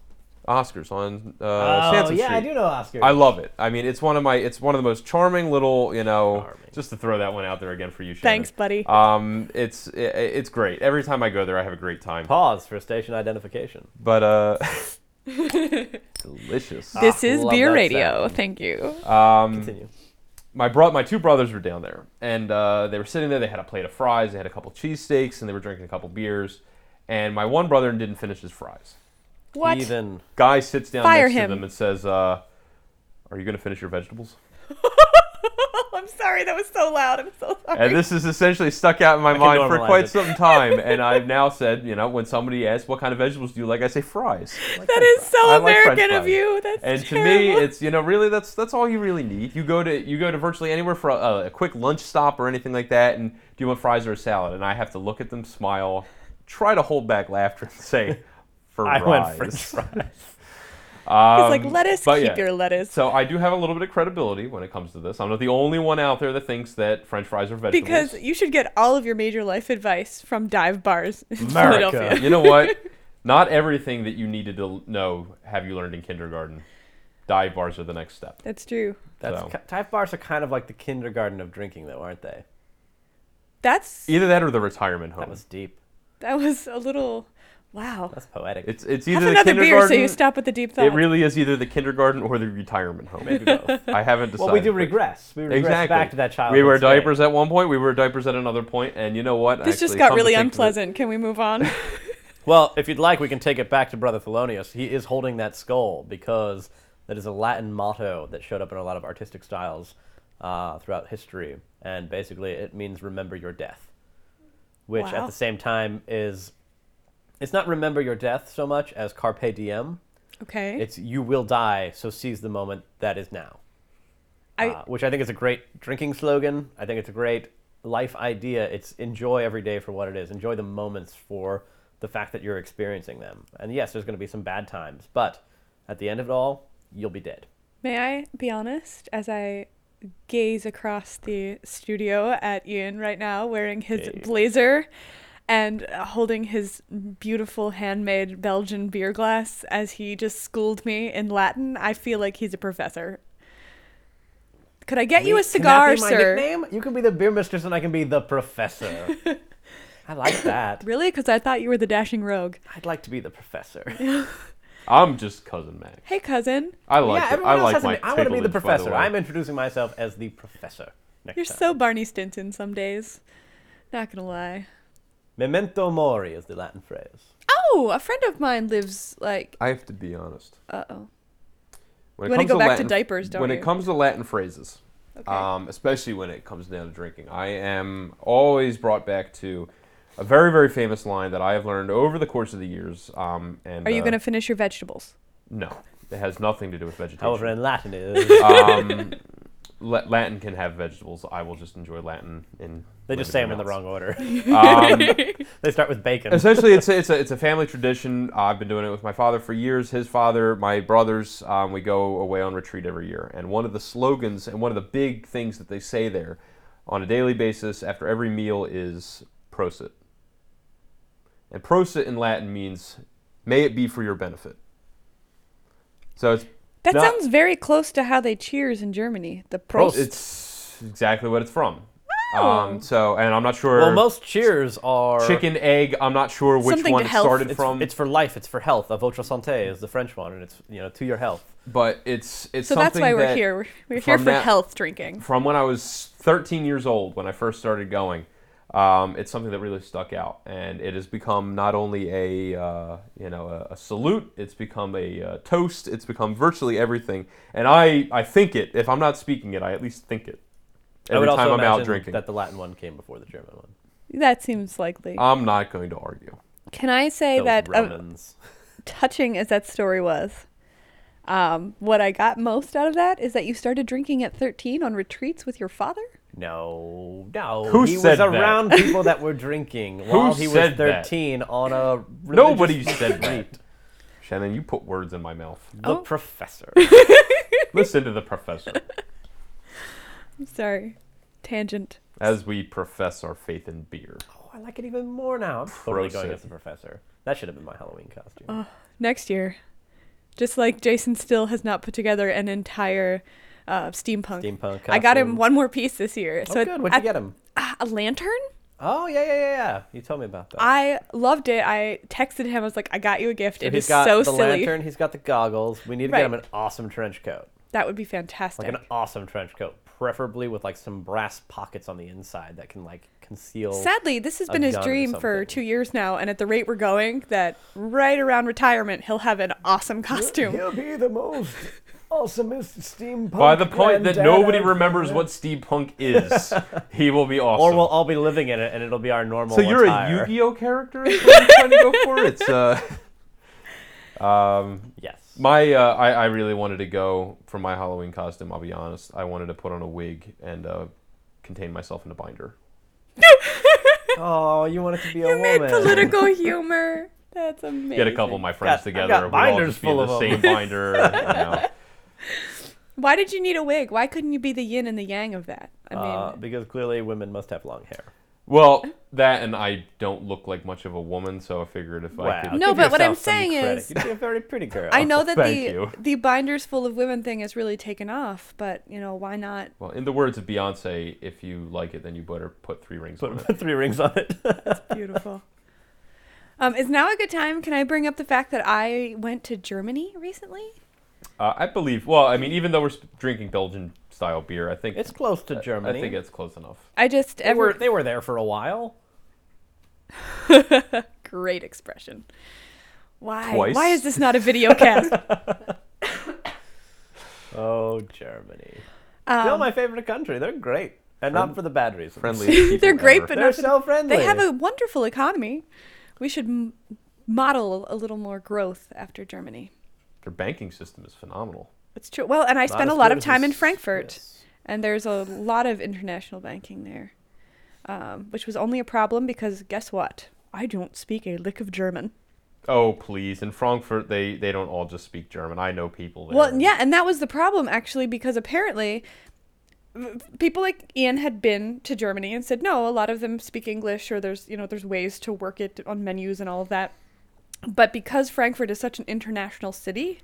[SPEAKER 3] Oscars on uh,
[SPEAKER 2] oh,
[SPEAKER 3] Sansom
[SPEAKER 2] yeah, I
[SPEAKER 3] Uh, Street.
[SPEAKER 2] do know Oscar.
[SPEAKER 3] I love it. I mean, it's one of my. It's one of the most charming little. You know,
[SPEAKER 2] Charming.
[SPEAKER 3] just to throw that one out there again for you. Shannon.
[SPEAKER 1] Thanks, buddy.
[SPEAKER 3] Um, it's i- i it's great. Every time I go there, I have a great time.
[SPEAKER 2] Pause for station identification.
[SPEAKER 3] But uh, delicious.
[SPEAKER 1] this is
[SPEAKER 2] love
[SPEAKER 1] beer
[SPEAKER 2] that
[SPEAKER 1] radio.
[SPEAKER 2] sound.
[SPEAKER 1] Thank you.
[SPEAKER 3] Um,
[SPEAKER 2] Continue.
[SPEAKER 3] my bro, my two brothers were down there, and uh, they were sitting there. They had a plate of fries, they had a couple cheesesteaks, and they were drinking a couple beers. And my one brother didn't finish his fries.
[SPEAKER 1] What?
[SPEAKER 2] Even
[SPEAKER 3] Guy sits down
[SPEAKER 1] Fire
[SPEAKER 3] next
[SPEAKER 1] him.
[SPEAKER 3] to them and says, uh, "Are you going to finish your vegetables?"
[SPEAKER 1] I'm sorry, that was so loud. I'm so sorry.
[SPEAKER 3] And this is essentially stuck out in my
[SPEAKER 2] can
[SPEAKER 3] mind for
[SPEAKER 2] normalize
[SPEAKER 3] quite
[SPEAKER 2] it.
[SPEAKER 3] some time. And I've now said, you know, when somebody asks what kind of vegetables do you like, I say fries.
[SPEAKER 1] that is so
[SPEAKER 3] I like French
[SPEAKER 1] American of
[SPEAKER 3] fries.
[SPEAKER 1] you. That's
[SPEAKER 3] And to me,
[SPEAKER 1] terrible.
[SPEAKER 3] it's you know really that's that's all you really need. You go to you go to virtually anywhere for a, a quick lunch stop or anything like that, and do you want fries or a salad? And I have to look at them, smile, try to hold back laughter, and say,
[SPEAKER 2] I
[SPEAKER 3] "Fries."
[SPEAKER 2] went French fries.
[SPEAKER 1] It's
[SPEAKER 3] Um,
[SPEAKER 1] like lettuce,
[SPEAKER 3] but
[SPEAKER 1] keep
[SPEAKER 3] yeah.
[SPEAKER 1] your lettuce.
[SPEAKER 3] So I do have a little bit of credibility when it comes to this. I'm not the only one out there that thinks that French fries are vegetables.
[SPEAKER 1] because you should get all of your major life advice from dive bars in
[SPEAKER 2] America.
[SPEAKER 1] Philadelphia.
[SPEAKER 3] you know what? Not everything that you needed to know have you learned in kindergarten. Dive bars are the next step.
[SPEAKER 1] That's true.
[SPEAKER 2] That's
[SPEAKER 3] So.
[SPEAKER 2] ki- dive bars are kind of like the kindergarten of drinking, though, aren't they?
[SPEAKER 1] That's
[SPEAKER 3] Either that or the retirement home.
[SPEAKER 2] That was deep.
[SPEAKER 1] that was a little wow.
[SPEAKER 2] That's poetic.
[SPEAKER 3] It's it's
[SPEAKER 1] Have
[SPEAKER 3] either the
[SPEAKER 1] another beer
[SPEAKER 3] kindergarten.
[SPEAKER 1] so you stop with the deep thought.
[SPEAKER 3] It really is either the kindergarten or the retirement home.
[SPEAKER 2] Maybe both.
[SPEAKER 3] I haven't decided.
[SPEAKER 2] well, we do
[SPEAKER 3] which.
[SPEAKER 2] regress. We regress
[SPEAKER 3] Exactly.
[SPEAKER 2] back to that childhood.
[SPEAKER 3] We wear
[SPEAKER 2] state.
[SPEAKER 3] diapers at one point. We wear diapers at another point, and you know what?
[SPEAKER 1] this just
[SPEAKER 3] Actually,
[SPEAKER 1] got
[SPEAKER 3] come to
[SPEAKER 1] really
[SPEAKER 3] think of it-
[SPEAKER 1] unpleasant. Can we move on?
[SPEAKER 2] Well, if you'd like, we can take it back to Brother Thelonious. He is holding that skull because that is a Latin motto that showed up in a lot of artistic styles uh, throughout history. And basically, it means remember your death, which
[SPEAKER 1] Wow.
[SPEAKER 2] at the same time is. It's not remember your death so much as carpe diem.
[SPEAKER 1] okay.
[SPEAKER 2] It's you will die, so seize the moment that is now.
[SPEAKER 1] I-
[SPEAKER 2] uh, which I think is a great drinking slogan. I think it's a great life idea. It's enjoy every day for what it is. Enjoy the moments for the fact that you're experiencing them. And yes, there's going to be some bad times, but at the end of it all, you'll be dead.
[SPEAKER 1] May I be honest as I gaze across the studio at Ian right now wearing his
[SPEAKER 2] Gaze.
[SPEAKER 1] blazer and uh, holding his beautiful handmade Belgian beer glass as he just schooled me in Latin. I feel like he's a professor. Could I get you a cigar,
[SPEAKER 2] can that be
[SPEAKER 1] sir?
[SPEAKER 2] My nickname? You can be the beer mistress, and I can be the professor. I like that.
[SPEAKER 1] Really? Because I thought you were the dashing rogue.
[SPEAKER 2] I'd like to be the professor.
[SPEAKER 3] I'm just cousin Max.
[SPEAKER 1] Hey, cousin.
[SPEAKER 3] I like.
[SPEAKER 2] yeah,
[SPEAKER 3] it.
[SPEAKER 2] everyone
[SPEAKER 3] I
[SPEAKER 2] else
[SPEAKER 3] like
[SPEAKER 2] has a
[SPEAKER 3] my.
[SPEAKER 2] name. I want to be the
[SPEAKER 3] tutelage, by
[SPEAKER 2] professor.
[SPEAKER 3] way.
[SPEAKER 2] I'm introducing myself as the professor. Next
[SPEAKER 1] You're
[SPEAKER 2] time.
[SPEAKER 1] so Barney Stinson some days. Not gonna lie.
[SPEAKER 2] Memento mori is the Latin phrase.
[SPEAKER 1] Oh, a friend of mine lives like.
[SPEAKER 3] I have to be honest.
[SPEAKER 1] Uh oh.
[SPEAKER 3] When
[SPEAKER 1] You wanna go back to
[SPEAKER 3] Latin-
[SPEAKER 1] diapers, don't
[SPEAKER 3] When
[SPEAKER 1] you?
[SPEAKER 3] it comes to Latin phrases,
[SPEAKER 1] Okay.
[SPEAKER 3] um, especially when it comes down to drinking, I am always brought back to a very, very famous line that I have learned over the course of the years. Um, and
[SPEAKER 1] Are you
[SPEAKER 3] uh,
[SPEAKER 1] gonna finish your vegetables?
[SPEAKER 3] No, it has nothing to do with vegetation.
[SPEAKER 2] However, in Latin, it is,
[SPEAKER 3] um, La- Latin can have vegetables. I will just enjoy Latin. In
[SPEAKER 2] they just say them in the wrong order.
[SPEAKER 3] wrong. Um,
[SPEAKER 2] they start with bacon.
[SPEAKER 3] essentially, it's a, it's a it's a family tradition. I've been doing it with my father for years. His father, my brothers, um, we go away on retreat every year. And one of the slogans and one of the big things that they say there on a daily basis after every meal is "prosit." And "prosit" in Latin means "may it be for your benefit." So it's
[SPEAKER 1] That
[SPEAKER 3] No.
[SPEAKER 1] sounds very close to how they cheers in Germany. The Prost.
[SPEAKER 3] It's exactly what it's from.
[SPEAKER 1] Oh.
[SPEAKER 3] Um, so, and I'm not sure.
[SPEAKER 2] Well, most cheers are
[SPEAKER 3] chicken egg. I'm not sure which
[SPEAKER 1] Something
[SPEAKER 3] one
[SPEAKER 1] to
[SPEAKER 3] it
[SPEAKER 1] health.
[SPEAKER 3] started
[SPEAKER 2] It's,
[SPEAKER 3] from,
[SPEAKER 2] it's for life. It's for health. A votre santé is the French one, and it's you know to your health.
[SPEAKER 3] but it's it's
[SPEAKER 1] so that's
[SPEAKER 3] something
[SPEAKER 1] why we're
[SPEAKER 3] that-
[SPEAKER 1] here. We're, we're here
[SPEAKER 3] from
[SPEAKER 1] for
[SPEAKER 3] that-
[SPEAKER 1] health drinking.
[SPEAKER 3] From when I was 13 years old, when I first started going, um, it's something that really stuck out, and it has become not only a uh, you know a, a salute, it's become a uh, toast, it's become virtually everything. And I I think it. If I'm not speaking it, I at least think it.
[SPEAKER 2] I
[SPEAKER 3] Every
[SPEAKER 2] would also
[SPEAKER 3] time I'm out
[SPEAKER 2] imagine
[SPEAKER 3] drinking,
[SPEAKER 2] that the Latin one came before the German one.
[SPEAKER 1] That seems likely.
[SPEAKER 3] I'm not going to argue.
[SPEAKER 1] Can I say
[SPEAKER 2] Those
[SPEAKER 1] that uh,
[SPEAKER 2] Romans.
[SPEAKER 1] touching as that story was, um, what I got most out of that is that you started drinking at 13 on retreats with your father?
[SPEAKER 2] No, no.
[SPEAKER 3] Who
[SPEAKER 2] he was
[SPEAKER 3] said that?
[SPEAKER 2] around people that were drinking while he was
[SPEAKER 3] said that?
[SPEAKER 2] 13 on a religious
[SPEAKER 3] Nobody said that.
[SPEAKER 2] retreat.
[SPEAKER 3] Shannon, you put words in my mouth.
[SPEAKER 2] The
[SPEAKER 1] Oh.
[SPEAKER 2] professor.
[SPEAKER 3] Listen to the professor
[SPEAKER 1] I'm sorry. Tangent.
[SPEAKER 3] as we profess our faith in beer.
[SPEAKER 2] Oh, I like it even more now. I'm totally going
[SPEAKER 3] Prosit.
[SPEAKER 2] as the professor. That should have been my Halloween costume.
[SPEAKER 1] Next year. Just like Jason still has not put together an entire uh, steampunk.
[SPEAKER 2] Steampunk.
[SPEAKER 1] I got him
[SPEAKER 2] costume.
[SPEAKER 1] one more piece this year.
[SPEAKER 2] Oh,
[SPEAKER 1] so
[SPEAKER 2] good. What'd you get him?
[SPEAKER 1] Ah, a lantern?
[SPEAKER 2] Oh, yeah, yeah, yeah, yeah. You told me about that.
[SPEAKER 1] I loved it. I texted him. I was like, I got you a gift.
[SPEAKER 2] So
[SPEAKER 1] it
[SPEAKER 2] he's
[SPEAKER 1] is
[SPEAKER 2] got
[SPEAKER 1] so
[SPEAKER 2] the
[SPEAKER 1] silly.
[SPEAKER 2] lantern. He's got the goggles. We need to get him
[SPEAKER 1] Right.
[SPEAKER 2] an awesome trench coat,
[SPEAKER 1] That would be fantastic.
[SPEAKER 2] like an awesome trench coat, preferably with like some brass pockets on the inside that can like conceal.
[SPEAKER 1] Sadly, this has
[SPEAKER 2] a
[SPEAKER 1] been his
[SPEAKER 2] gun or
[SPEAKER 1] dream for
[SPEAKER 2] something.
[SPEAKER 1] two years now, and at the rate we're going, that right around retirement, he'll have an awesome costume.
[SPEAKER 2] be the most awesomest steampunk.
[SPEAKER 3] By the point that nobody remembers what steampunk is, he will be awesome.
[SPEAKER 2] Or we'll all be living in it, and it'll be our normal.
[SPEAKER 3] so you're
[SPEAKER 2] attire.
[SPEAKER 3] a Yu-Gi-Oh character? Is what you're trying to go for? It's uh, um,
[SPEAKER 2] Yes.
[SPEAKER 3] my uh, I, I really wanted to go for my Halloween costume. I'll be honest. I wanted to put on a wig and uh, contain myself in a binder.
[SPEAKER 2] oh, you want it to be a
[SPEAKER 1] You made
[SPEAKER 2] woman.
[SPEAKER 1] political humor. That's amazing.
[SPEAKER 3] Get a couple of my
[SPEAKER 2] Got-
[SPEAKER 3] friends
[SPEAKER 2] I've
[SPEAKER 3] together.
[SPEAKER 2] got
[SPEAKER 3] We'll all
[SPEAKER 2] binders
[SPEAKER 3] just be in
[SPEAKER 2] full
[SPEAKER 3] the
[SPEAKER 2] of
[SPEAKER 3] same
[SPEAKER 2] 'em.
[SPEAKER 3] binder. you know.
[SPEAKER 1] Why did you need a wig? Why couldn't you be the yin and the yang of that? I mean,
[SPEAKER 2] Uh, because clearly women must have long hair.
[SPEAKER 3] Well, that and I don't look like much of a woman, so I figured if I
[SPEAKER 2] Wow.
[SPEAKER 3] could
[SPEAKER 1] No,
[SPEAKER 2] give
[SPEAKER 1] but what
[SPEAKER 2] yourself
[SPEAKER 1] I'm
[SPEAKER 2] some
[SPEAKER 1] saying
[SPEAKER 2] credit.
[SPEAKER 1] is-
[SPEAKER 2] you'd be a very pretty girl.
[SPEAKER 1] I know that
[SPEAKER 3] thank
[SPEAKER 1] the
[SPEAKER 3] you.
[SPEAKER 1] the binders full of women thing has really taken off, but you know why not?
[SPEAKER 3] Well, in the words of Beyonce, if you like it, then you better put three rings on
[SPEAKER 2] Put,
[SPEAKER 3] it.
[SPEAKER 2] put three rings on it.
[SPEAKER 1] Beautiful. um, is now a good time? Can I bring up the fact that I went to Germany recently?
[SPEAKER 3] Uh, I believe. Well, I mean, even though we're sp- drinking Belgian style beer, I think
[SPEAKER 2] it's close to
[SPEAKER 3] I
[SPEAKER 2] Germany.
[SPEAKER 3] think it's close enough.
[SPEAKER 1] I just
[SPEAKER 2] they
[SPEAKER 1] ever
[SPEAKER 2] were they were there for a while.
[SPEAKER 1] Great expression. Why?
[SPEAKER 3] Twice.
[SPEAKER 1] Why is this not a video cast?
[SPEAKER 2] Oh, Germany! Still
[SPEAKER 1] Um,
[SPEAKER 2] my favorite country. They're great, and
[SPEAKER 3] Friend-
[SPEAKER 2] not for the bad reasons.
[SPEAKER 3] Friendliest people
[SPEAKER 1] they're great,
[SPEAKER 3] ever.
[SPEAKER 1] but
[SPEAKER 2] They're
[SPEAKER 1] not.
[SPEAKER 2] so friendly.
[SPEAKER 1] they have a wonderful economy. We should m- model a little more growth after Germany.
[SPEAKER 3] their banking system is phenomenal.
[SPEAKER 1] It's true. Well, and I
[SPEAKER 2] Not
[SPEAKER 1] spent a
[SPEAKER 2] as
[SPEAKER 1] lot
[SPEAKER 2] good
[SPEAKER 1] of
[SPEAKER 2] as
[SPEAKER 1] time in
[SPEAKER 2] this-
[SPEAKER 1] Frankfurt,
[SPEAKER 2] yes.
[SPEAKER 1] and there's a lot of international banking there, um, which was only a problem because guess what? I don't speak a lick of German.
[SPEAKER 3] Oh please! In Frankfurt, they they don't all just speak German. I know people there.
[SPEAKER 1] Well, yeah, and that was the problem actually because apparently v- people like Ian had been to Germany and said no, a lot of them speak English or there's, you know, there's ways to work it on menus and all of that. But because Frankfurt is such an international city,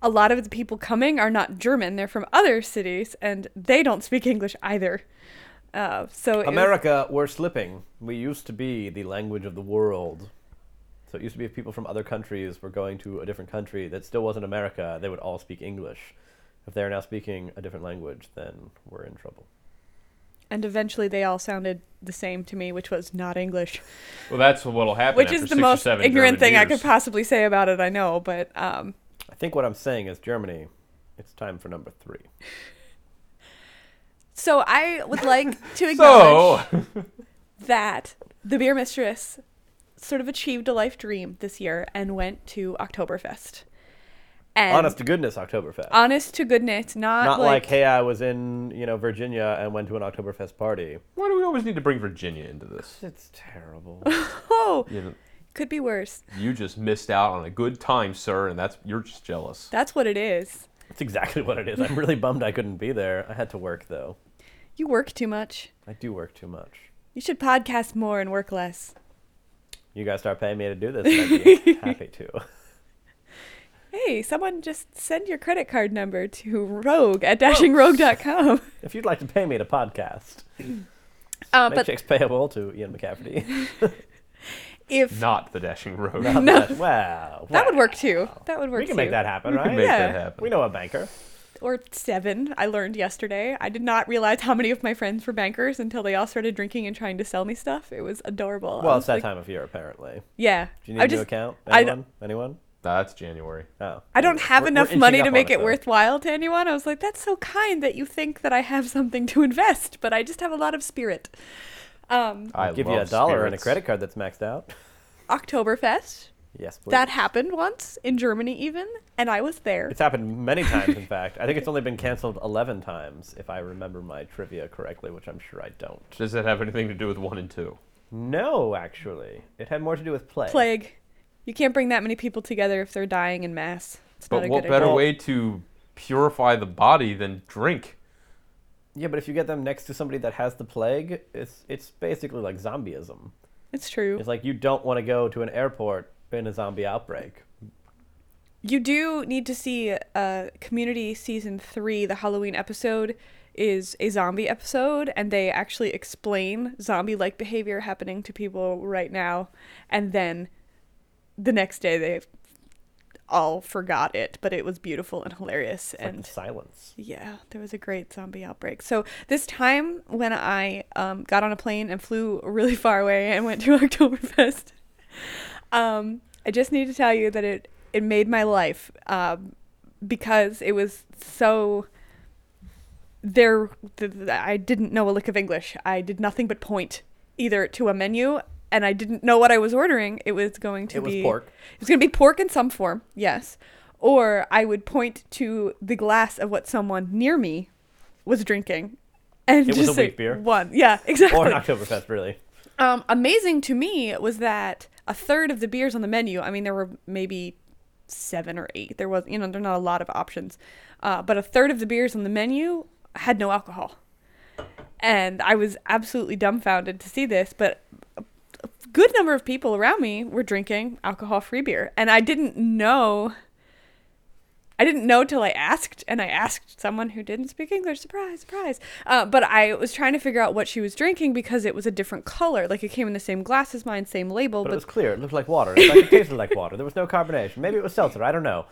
[SPEAKER 1] a lot of the people coming are not German, they're from other cities and they don't speak English either. Uh, so it was-
[SPEAKER 2] America, we're slipping. We used to be the language of the world. So it used to be if people from other countries were going to a different country that still wasn't America, they would all speak English. If they're now speaking a different language, then we're in trouble.
[SPEAKER 1] and eventually they all sounded the same to me, which was not English.
[SPEAKER 3] Well, that's what'll happen.
[SPEAKER 1] Which
[SPEAKER 3] after
[SPEAKER 1] is the
[SPEAKER 3] six or
[SPEAKER 1] most
[SPEAKER 3] seven
[SPEAKER 1] ignorant
[SPEAKER 3] German
[SPEAKER 1] thing I
[SPEAKER 3] beers.
[SPEAKER 1] could possibly say about it, I know, but um,
[SPEAKER 2] I think what I'm saying is Germany, it's time for number three.
[SPEAKER 1] So I would like to acknowledge
[SPEAKER 3] So
[SPEAKER 1] that the Beer Mistress sort of achieved a life dream this year and went to Oktoberfest. And
[SPEAKER 2] Honest to goodness, Oktoberfest.
[SPEAKER 1] honest to goodness, not,
[SPEAKER 2] Not like,
[SPEAKER 1] like,
[SPEAKER 2] hey, I was in you know Virginia and went to an Oktoberfest party.
[SPEAKER 3] why do we always need to bring Virginia into this?
[SPEAKER 2] It's terrible.
[SPEAKER 1] oh,
[SPEAKER 3] You, know,
[SPEAKER 1] could be worse.
[SPEAKER 3] you just missed out on a good time, sir, and that's you're just jealous.
[SPEAKER 1] That's what it is.
[SPEAKER 2] That's exactly what it is. I'm really bummed I couldn't be there. I had to work though.
[SPEAKER 1] You work too much.
[SPEAKER 2] I do work too much.
[SPEAKER 1] You should podcast more and work less.
[SPEAKER 2] You guys start paying me to do this, and I'd be happy to.
[SPEAKER 1] Hey, someone just send your credit card number to rogue at dashingrogue.com.
[SPEAKER 2] If you'd like to pay me to podcast,
[SPEAKER 1] Uh,
[SPEAKER 2] make
[SPEAKER 1] but
[SPEAKER 2] checks payable to Ian McCafferty.
[SPEAKER 1] if
[SPEAKER 3] Not the dashing rogue.
[SPEAKER 2] Not
[SPEAKER 1] No.
[SPEAKER 2] that- Wow.
[SPEAKER 1] that would work
[SPEAKER 2] wow.
[SPEAKER 1] too, that would work.
[SPEAKER 2] We can make
[SPEAKER 1] too.
[SPEAKER 2] that happen,
[SPEAKER 3] We
[SPEAKER 2] right?
[SPEAKER 3] can make
[SPEAKER 1] Yeah.
[SPEAKER 3] that happen.
[SPEAKER 2] We know a banker.
[SPEAKER 1] Or seven. I learned yesterday. I did not realize how many of my friends were bankers until they all started drinking and trying to sell me stuff. It was adorable. I
[SPEAKER 2] Well,
[SPEAKER 1] was
[SPEAKER 2] it's that
[SPEAKER 1] like-
[SPEAKER 2] time of year, apparently.
[SPEAKER 1] Yeah.
[SPEAKER 2] Do you
[SPEAKER 1] I
[SPEAKER 2] need a new
[SPEAKER 1] just-
[SPEAKER 2] account?
[SPEAKER 1] I d-
[SPEAKER 2] Anyone? Anyone?
[SPEAKER 3] That's January.
[SPEAKER 2] Oh.
[SPEAKER 1] I don't have
[SPEAKER 2] We're- we're
[SPEAKER 1] enough
[SPEAKER 2] inching
[SPEAKER 1] money
[SPEAKER 2] up
[SPEAKER 1] to
[SPEAKER 2] on
[SPEAKER 1] make it
[SPEAKER 2] though.
[SPEAKER 1] worthwhile to anyone. I was like, that's so kind that you think that I have something to invest, but I just have a lot of spirit. Um,
[SPEAKER 3] I
[SPEAKER 2] I'll give you a
[SPEAKER 3] love
[SPEAKER 2] dollar and a
[SPEAKER 3] spirits.
[SPEAKER 2] credit card that's maxed out.
[SPEAKER 1] Oktoberfest.
[SPEAKER 2] Yes, please.
[SPEAKER 1] That happened once in Germany, even, and I was there.
[SPEAKER 2] It's happened many times, in fact. I think it's only been canceled 11 times, if I remember my trivia correctly, which I'm sure I don't.
[SPEAKER 3] Does that have anything to do with one and two?
[SPEAKER 2] No, actually. It had more to do with play.
[SPEAKER 1] Plague. You can't bring that many people together if they're dying in mass. It's not
[SPEAKER 3] But
[SPEAKER 1] a
[SPEAKER 3] what
[SPEAKER 1] good
[SPEAKER 3] better
[SPEAKER 1] idea.
[SPEAKER 3] way to purify the body than drink?
[SPEAKER 2] Yeah, but if you get them next to somebody that has the plague, it's, it's basically like zombieism.
[SPEAKER 1] It's true.
[SPEAKER 2] It's like you don't want to go to an airport in a zombie outbreak.
[SPEAKER 1] You do need to see uh, Community Season 3, the Halloween episode, is a zombie episode, and they actually explain zombie like behavior happening to people right now. And then the next day, they all forgot it, but it was beautiful and hilarious.
[SPEAKER 2] Like
[SPEAKER 1] and
[SPEAKER 2] silence.
[SPEAKER 1] yeah, there was a great zombie outbreak. So this time when I um, got on a plane and flew really far away and went to Oktoberfest, um, I just need to tell you that it it made my life um, because it was so. There, th- th- I didn't know a lick of English. I did nothing but point either to a menu, and I didn't know what I was ordering. It was going to
[SPEAKER 2] It was
[SPEAKER 1] be
[SPEAKER 2] pork.
[SPEAKER 1] it was going to be pork in some form, yes. Or I would point to the glass of what someone near me was drinking. And
[SPEAKER 2] It was
[SPEAKER 1] just
[SPEAKER 2] a
[SPEAKER 1] say,
[SPEAKER 2] wheat beer.
[SPEAKER 1] One. Yeah, exactly.
[SPEAKER 2] Or an Oktoberfest, really.
[SPEAKER 1] Um, amazing to me was that a third of the beers on the menu. I mean, there were maybe seven or eight. There was, you know, there are not a lot of options, uh, but a third of the beers on the menu had no alcohol, and I was absolutely dumbfounded to see this. But a good number of people around me were drinking alcohol-free beer, and I didn't know. I didn't know till I asked, and I asked someone who didn't speak English. Surprise, surprise. Uh, but I was trying to figure out what she was drinking because it was a different color. Like it came in the same glass as mine, same label,
[SPEAKER 2] But,
[SPEAKER 1] but,
[SPEAKER 2] it was clear. It looked like water. In fact, it tasted like water. There was no carbonation. Maybe it was seltzer. I don't know.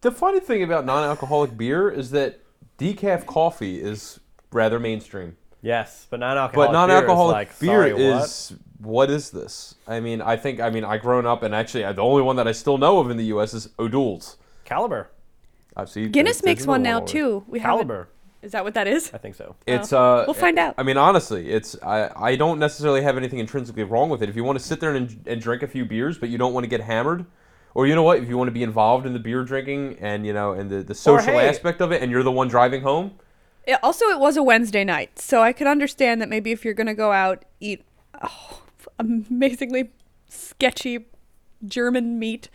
[SPEAKER 3] The funny thing about non-alcoholic beer is that decaf coffee is rather mainstream,
[SPEAKER 2] Yes, but non-alcoholic.
[SPEAKER 3] but non-alcoholic
[SPEAKER 2] beer
[SPEAKER 3] beer
[SPEAKER 2] is, like, sorry, what?
[SPEAKER 3] is what is this? I mean, I think I mean I grown up and actually uh, the only one that I still know of in the U.S. is O'Doul's.
[SPEAKER 2] Caliber.
[SPEAKER 3] I've seen
[SPEAKER 1] Guinness
[SPEAKER 3] there's
[SPEAKER 1] makes
[SPEAKER 3] another
[SPEAKER 1] one now
[SPEAKER 3] already.
[SPEAKER 1] too. We haven't-
[SPEAKER 2] Caliber.
[SPEAKER 1] Is that what that is?
[SPEAKER 2] I think so.
[SPEAKER 3] It's uh,
[SPEAKER 1] We'll find out.
[SPEAKER 3] I mean, honestly, it's I, I don't necessarily have anything intrinsically wrong with it. If you want to sit there and, and drink a few beers, but you don't want to get hammered, or you know what, if you want to be involved in the beer drinking and you know and the, the social
[SPEAKER 2] hey-
[SPEAKER 3] aspect of it, and you're the one driving home,
[SPEAKER 1] It, also, it was a Wednesday night, so I could understand that maybe if you're gonna go out eat oh, amazingly sketchy German meat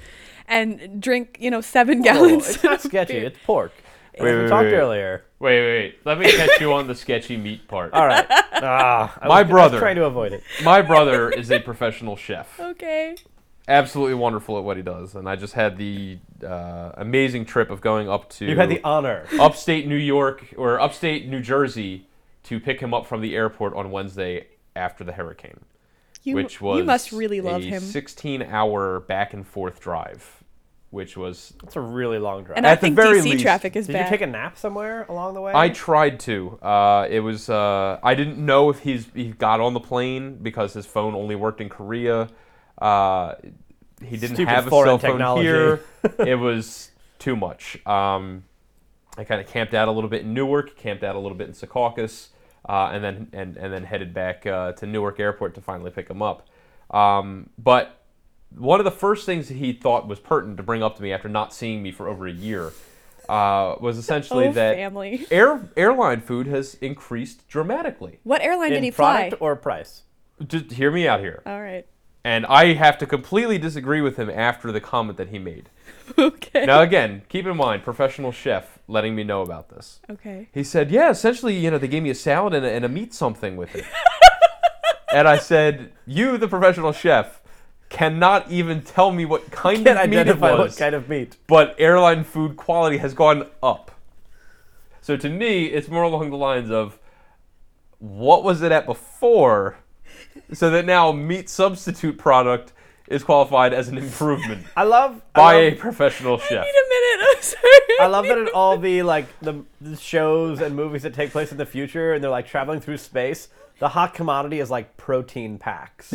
[SPEAKER 1] and drink, you know, seven
[SPEAKER 2] Oh,
[SPEAKER 1] gallons.
[SPEAKER 2] it's not
[SPEAKER 1] of
[SPEAKER 2] sketchy.
[SPEAKER 1] beer.
[SPEAKER 2] It's pork. As
[SPEAKER 3] Wait,
[SPEAKER 2] we
[SPEAKER 3] wait,
[SPEAKER 2] talked
[SPEAKER 3] wait.
[SPEAKER 2] earlier.
[SPEAKER 3] Wait, wait, wait. Let me catch you on the sketchy meat part.
[SPEAKER 2] All right. Ah, I
[SPEAKER 3] My
[SPEAKER 2] was- I was
[SPEAKER 3] brother.
[SPEAKER 2] trying to avoid it.
[SPEAKER 3] My brother is a professional chef.
[SPEAKER 1] okay.
[SPEAKER 3] Absolutely wonderful at what he does. And I just had the uh, amazing trip of going up to
[SPEAKER 2] You had the honor.
[SPEAKER 3] upstate New York or upstate New Jersey to pick him up from the airport on Wednesday after the hurricane,
[SPEAKER 1] You,
[SPEAKER 3] which was
[SPEAKER 1] you must really love
[SPEAKER 3] a
[SPEAKER 1] him.
[SPEAKER 3] 16 hour back and forth drive, which was
[SPEAKER 2] It's a really long drive.
[SPEAKER 1] and
[SPEAKER 3] at
[SPEAKER 1] I
[SPEAKER 3] the
[SPEAKER 1] think
[SPEAKER 3] very
[SPEAKER 1] DC
[SPEAKER 3] least-
[SPEAKER 1] traffic is
[SPEAKER 2] Did
[SPEAKER 1] bad.
[SPEAKER 2] you take a nap somewhere along the way?
[SPEAKER 3] I tried to. Uh, it was. Uh, I didn't know if he's he got on the plane because his phone only worked in Korea. Uh, he didn't
[SPEAKER 2] Stupid
[SPEAKER 3] have a
[SPEAKER 2] foreign
[SPEAKER 3] cell phone
[SPEAKER 2] technology.
[SPEAKER 3] here. it was too much. Um, I kind of camped out a little bit in Newark, camped out a little bit in Secaucus, uh, and then and, and then headed back uh, to Newark Airport to finally pick him up. Um, but one of the first things that he thought was pertinent to bring up to me after not seeing me for over a year uh, was essentially
[SPEAKER 1] Oh,
[SPEAKER 3] that
[SPEAKER 1] family.
[SPEAKER 3] air airline food has increased dramatically.
[SPEAKER 1] What airline
[SPEAKER 2] In
[SPEAKER 1] did he fly?
[SPEAKER 2] product or price?
[SPEAKER 3] Just hear me out here.
[SPEAKER 1] All right.
[SPEAKER 3] And I have to completely disagree with him after the comment that he made.
[SPEAKER 1] Okay.
[SPEAKER 3] Now again, keep in mind, professional chef letting me know about this.
[SPEAKER 1] Okay.
[SPEAKER 3] He said, "Yeah, essentially, you know, they gave me a salad and a, and a meat something with it." and I said, "You, the professional chef, cannot even tell me what kind
[SPEAKER 2] Can't
[SPEAKER 3] of meat it
[SPEAKER 2] identify what
[SPEAKER 3] was,
[SPEAKER 2] kind of meat.
[SPEAKER 3] but airline food quality has gone up. So to me, it's more along the lines of what was it at before, so that now meat substitute product is qualified as an improvement
[SPEAKER 2] I love.
[SPEAKER 3] by
[SPEAKER 2] I
[SPEAKER 3] a
[SPEAKER 2] love,
[SPEAKER 3] professional chef.
[SPEAKER 1] Wait a minute, I'm sorry.
[SPEAKER 2] I love that it all be like the, the shows and movies that take place in the future, and they're like traveling through space. The hot commodity is like protein packs,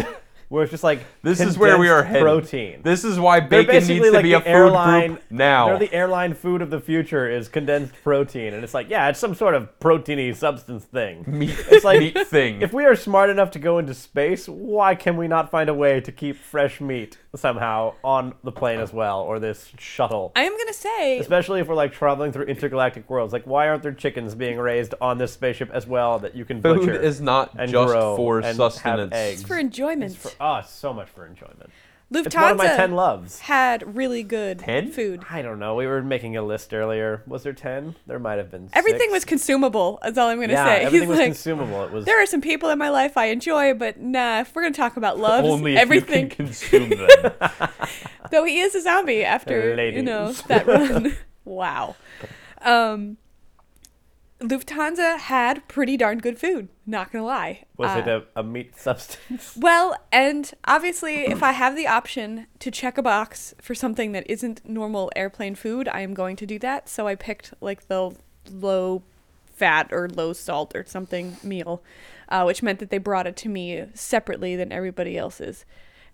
[SPEAKER 2] where it's just like
[SPEAKER 3] This is where we are
[SPEAKER 2] condensed
[SPEAKER 3] headed.
[SPEAKER 2] protein.
[SPEAKER 3] This is why
[SPEAKER 2] They're
[SPEAKER 3] bacon needs to be a
[SPEAKER 2] the
[SPEAKER 3] food group now.
[SPEAKER 2] They're the airline food of the future is condensed protein, and it's like yeah, it's some sort of proteiny substance thing.
[SPEAKER 3] meat,
[SPEAKER 2] It's like-
[SPEAKER 3] meat thing.
[SPEAKER 2] Mm-hmm. If we are smart enough to go into space, why can we not find a way to keep fresh meat somehow on the plane as well, or this shuttle?
[SPEAKER 1] I am gonna say
[SPEAKER 2] Especially if we're like traveling through intergalactic worlds. Like, why aren't there chickens being raised on this spaceship as well that you can
[SPEAKER 3] Food
[SPEAKER 2] butcher?
[SPEAKER 3] is not
[SPEAKER 2] and
[SPEAKER 3] just
[SPEAKER 2] grow
[SPEAKER 3] for
[SPEAKER 2] and have
[SPEAKER 3] sustenance.
[SPEAKER 2] eggs.
[SPEAKER 1] it's for enjoyment.
[SPEAKER 2] It's for us so much for enjoyment.
[SPEAKER 1] Lufthansa
[SPEAKER 2] It's one of my ten loves.
[SPEAKER 1] had really good
[SPEAKER 3] 10?
[SPEAKER 1] food.
[SPEAKER 2] I don't know. We were making a list earlier. Was there ten? There might have been.
[SPEAKER 1] Everything
[SPEAKER 2] six.
[SPEAKER 1] was consumable. That's all I'm gonna
[SPEAKER 2] yeah,
[SPEAKER 1] say. He's
[SPEAKER 2] everything was
[SPEAKER 1] like,
[SPEAKER 2] consumable. It was.
[SPEAKER 1] there are some people in my life I enjoy, but nah. If we're gonna talk about love,
[SPEAKER 3] Only if
[SPEAKER 1] everything.
[SPEAKER 3] you can consume them.
[SPEAKER 1] Though he is a zombie after you
[SPEAKER 2] Ladies.
[SPEAKER 1] know that run. wow. Um, Lufthansa had pretty darn good food. Not gonna lie.
[SPEAKER 2] was
[SPEAKER 1] Uh,
[SPEAKER 2] it a, a meat substance?
[SPEAKER 1] Well, and obviously, if I have the option to check a box for something that isn't normal airplane food, I am going to do that. So I picked like the low fat or low salt or something meal, uh, which meant that they brought it to me separately than everybody else's.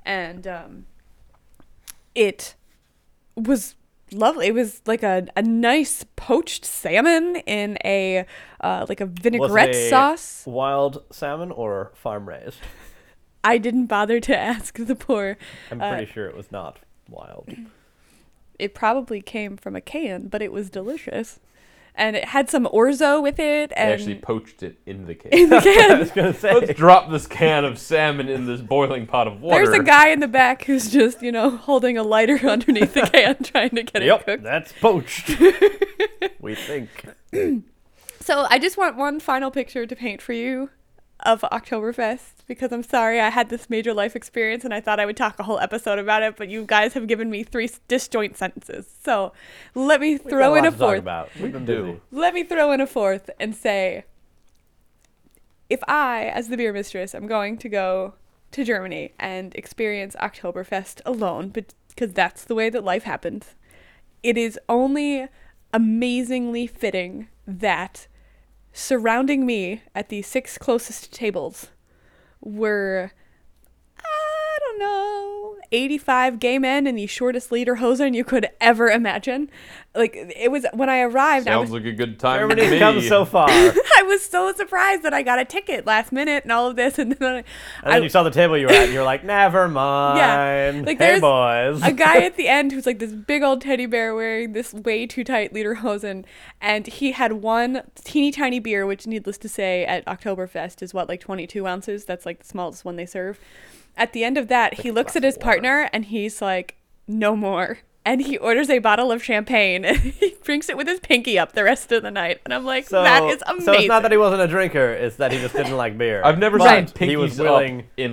[SPEAKER 1] And um, it was lovely. It was like a, a nice poached salmon in a uh, like a
[SPEAKER 2] Was
[SPEAKER 1] vinaigrette
[SPEAKER 2] it a
[SPEAKER 1] sauce.
[SPEAKER 2] Wild salmon or farm raised?
[SPEAKER 1] I didn't bother to ask the poor
[SPEAKER 2] I'm
[SPEAKER 1] Uh,
[SPEAKER 2] pretty sure it was not wild.
[SPEAKER 1] it probably came from a can, but it was delicious. And it had some orzo with it
[SPEAKER 3] I
[SPEAKER 1] and
[SPEAKER 3] actually poached it in the
[SPEAKER 1] in
[SPEAKER 3] can.
[SPEAKER 1] the
[SPEAKER 2] I
[SPEAKER 1] can.
[SPEAKER 2] was gonna
[SPEAKER 3] Let's
[SPEAKER 2] say.
[SPEAKER 3] drop this can of salmon in this boiling pot of water.
[SPEAKER 1] There's a guy in the back who's just, you know, holding a lighter underneath the can trying to get it
[SPEAKER 2] Yep,
[SPEAKER 1] cooked.
[SPEAKER 2] that's poached. we think.
[SPEAKER 1] So I just want one final picture to paint for you of Oktoberfest because I'm sorry I had this major life experience and I thought I would talk a whole episode about it, but you guys have given me three disjoint sentences. So let me
[SPEAKER 2] We've got
[SPEAKER 1] throw
[SPEAKER 2] lot
[SPEAKER 1] in a
[SPEAKER 2] to talk
[SPEAKER 1] fourth.
[SPEAKER 2] about. We've been
[SPEAKER 3] do.
[SPEAKER 2] busy.
[SPEAKER 1] let me throw in a fourth and say if I, as the beer mistress, am going to go to Germany and experience Oktoberfest alone, because that's the way that life happens, it is only amazingly fitting that surrounding me at the six closest tables were, I don't know, 85 gay men in the shortest lederhosen you could ever imagine. Like, it was when I arrived, I was
[SPEAKER 3] Sounds like a good time to
[SPEAKER 2] Germany's
[SPEAKER 3] me.
[SPEAKER 2] come so far. And
[SPEAKER 1] I was so surprised that I got a ticket last minute and all of this, and then I,
[SPEAKER 2] then you saw the table you were at, and you're like, never mind.
[SPEAKER 1] Like,
[SPEAKER 2] hey,
[SPEAKER 1] there's
[SPEAKER 2] boys.
[SPEAKER 1] a guy at the end who's like this big old teddy bear wearing this way too tight lederhosen, and he had one teeny tiny beer, which, needless to say, at Oktoberfest is what like 22 ounces. That's like the smallest one they serve. At the end of that, he looks at his partner and he's like, "No more." And he orders a bottle of champagne and he drinks it with his pinky up the rest of the night. And I'm like,
[SPEAKER 2] so,
[SPEAKER 1] that is amazing.
[SPEAKER 2] So it's not that he wasn't a drinker, it's that he just didn't like beer.
[SPEAKER 3] I've never
[SPEAKER 2] But
[SPEAKER 3] seen pinkies
[SPEAKER 2] He was willing. Oh.
[SPEAKER 3] up in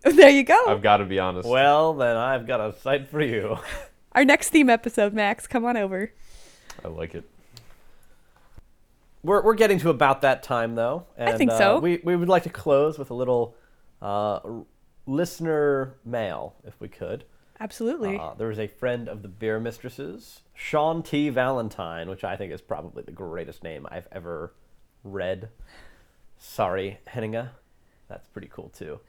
[SPEAKER 1] there you go.
[SPEAKER 3] I've got to be honest.
[SPEAKER 2] Well, then I've got a sight for you.
[SPEAKER 1] Our next theme episode, Max, come on over.
[SPEAKER 3] I like it.
[SPEAKER 2] We're, we're getting to about that time, though. And,
[SPEAKER 1] think
[SPEAKER 2] uh,
[SPEAKER 1] so.
[SPEAKER 2] we, we would like to close with a little uh, r- listener mail, if we could.
[SPEAKER 1] Absolutely.
[SPEAKER 2] Uh, there was a friend of the Beer Mistresses, Sean T. Valentine, which I think is probably the greatest name I've ever read. Sorry, Henninga. That's pretty cool, too.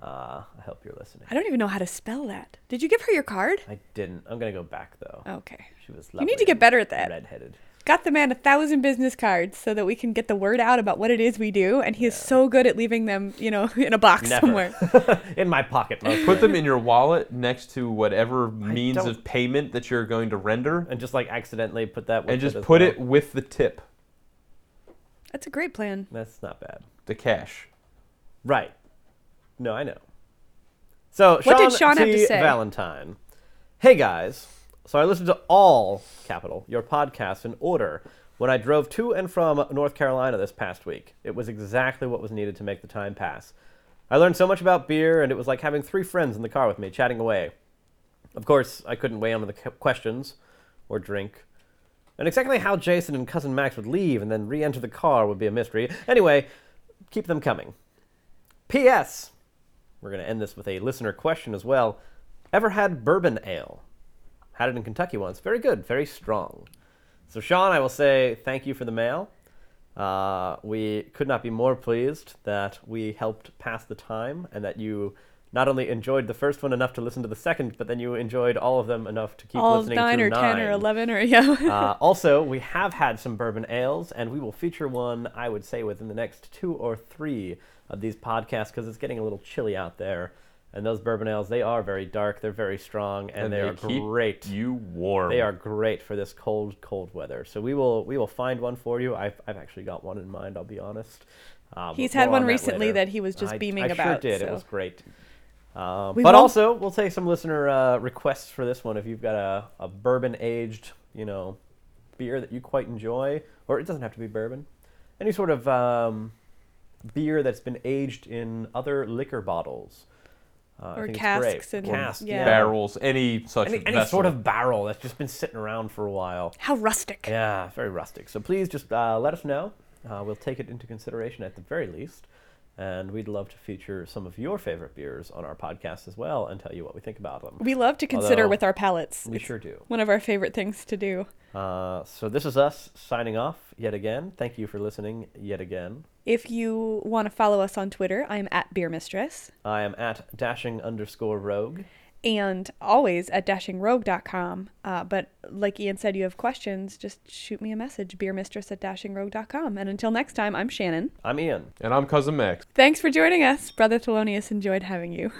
[SPEAKER 2] Uh, I hope you're listening.
[SPEAKER 1] I don't even know how to spell that. Did you give her your card?
[SPEAKER 2] I didn't. I'm going to go back, though.
[SPEAKER 1] Okay.
[SPEAKER 2] She was
[SPEAKER 1] Oh. You need
[SPEAKER 2] lovely
[SPEAKER 1] to get
[SPEAKER 2] and
[SPEAKER 1] better at that.
[SPEAKER 2] Redheaded.
[SPEAKER 1] Got the man a thousand business cards so that we can get the word out about what it is we do, and he is so good at leaving them, you know, in a box
[SPEAKER 2] Never.
[SPEAKER 1] somewhere.
[SPEAKER 2] In my pocket, mostly.
[SPEAKER 3] Put them in your wallet next to whatever means
[SPEAKER 2] don't-
[SPEAKER 3] of payment that you're going to render,
[SPEAKER 2] and just like accidentally put that with
[SPEAKER 3] and just
[SPEAKER 2] as
[SPEAKER 3] put
[SPEAKER 2] well.
[SPEAKER 3] it with the tip,
[SPEAKER 1] That's a great plan.
[SPEAKER 2] That's not bad.
[SPEAKER 3] the cash.
[SPEAKER 2] Right. No, I know. So
[SPEAKER 1] What
[SPEAKER 2] Sean
[SPEAKER 1] did Sean
[SPEAKER 2] T.
[SPEAKER 1] have to say?
[SPEAKER 2] Valentine. Hey guys. So I listened to all capital your podcasts in order when I drove to and from North Carolina this past week. It was exactly what was needed to make the time pass. I learned so much about beer, and it was like having three friends in the car with me chatting away. Of course, I couldn't weigh in on the c- questions or drink. And exactly how Jason and Cousin Max would leave and then re enter the car would be a mystery. Anyway, keep them coming. P.S. We're going to end this with a listener question as well. Ever had bourbon ale? Had it in Kentucky once. Very good, very strong. So, Sean, I will say thank you for the mail. Uh, we could not be more pleased that we helped pass the time and that you not only enjoyed the first one enough to listen to the second, but then you enjoyed all of them enough to keep
[SPEAKER 1] All of
[SPEAKER 2] listening
[SPEAKER 1] nine
[SPEAKER 2] through
[SPEAKER 1] or ten or
[SPEAKER 2] nine.
[SPEAKER 1] eleven or yeah.
[SPEAKER 2] Uh, also, we have had some bourbon ales, and we will feature one, I would say, within the next two or three of these podcasts because it's getting a little chilly out there. And those bourbon ales, they are very dark, they're very strong, and, they, are
[SPEAKER 3] keep
[SPEAKER 2] great.
[SPEAKER 3] You warm.
[SPEAKER 2] They are great for this cold, cold weather. So we will we will find one for you. I've, I've actually got one in mind. I'll be honest. Um,
[SPEAKER 1] He's had
[SPEAKER 2] more
[SPEAKER 1] one
[SPEAKER 2] on
[SPEAKER 1] recently
[SPEAKER 2] later.
[SPEAKER 1] that he was just
[SPEAKER 2] I-
[SPEAKER 1] beaming
[SPEAKER 2] I
[SPEAKER 1] about,
[SPEAKER 2] Sure did. It
[SPEAKER 1] so.
[SPEAKER 2] was great. Uh,
[SPEAKER 1] We
[SPEAKER 2] but
[SPEAKER 1] won't-
[SPEAKER 2] also, we'll take some listener uh, requests for this one. If you've got a, a bourbon aged, you know, beer that you quite enjoy, or it doesn't have to be bourbon, any sort of um, beer that's been aged in other liquor bottles. Uh, I
[SPEAKER 1] Or
[SPEAKER 2] think it's
[SPEAKER 1] casks
[SPEAKER 2] great.
[SPEAKER 1] and-
[SPEAKER 2] casks,
[SPEAKER 1] yeah.
[SPEAKER 3] barrels, any such
[SPEAKER 2] any, any
[SPEAKER 3] vessel.
[SPEAKER 2] sort of barrel that's just been sitting around for a while.
[SPEAKER 1] How rustic.
[SPEAKER 2] Yeah, very rustic. So please just uh, let us know. Uh, we'll take it into consideration at the very least. And we'd love to feature some of your favorite beers on our podcast as well and tell you what we think about them.
[SPEAKER 1] We love to consider
[SPEAKER 2] Although,
[SPEAKER 1] with our palates.
[SPEAKER 2] We
[SPEAKER 1] It's
[SPEAKER 2] sure do.
[SPEAKER 1] One of our favorite things to do.
[SPEAKER 2] Uh, so this is us signing off yet again. Thank you for listening yet again.
[SPEAKER 1] If you want to follow us on Twitter, I'm at Beer Mistress
[SPEAKER 2] I am at dashing underscore rogue.
[SPEAKER 1] and always at dashingrogue.com. Uh, but like Ian said, you have questions, just shoot me a message, beermistress at dashingrogue.com. And until next time, I'm Shannon.
[SPEAKER 2] I'm Ian.
[SPEAKER 3] and I'm cousin Max.
[SPEAKER 1] Thanks for joining us. Brother Thelonious enjoyed having you.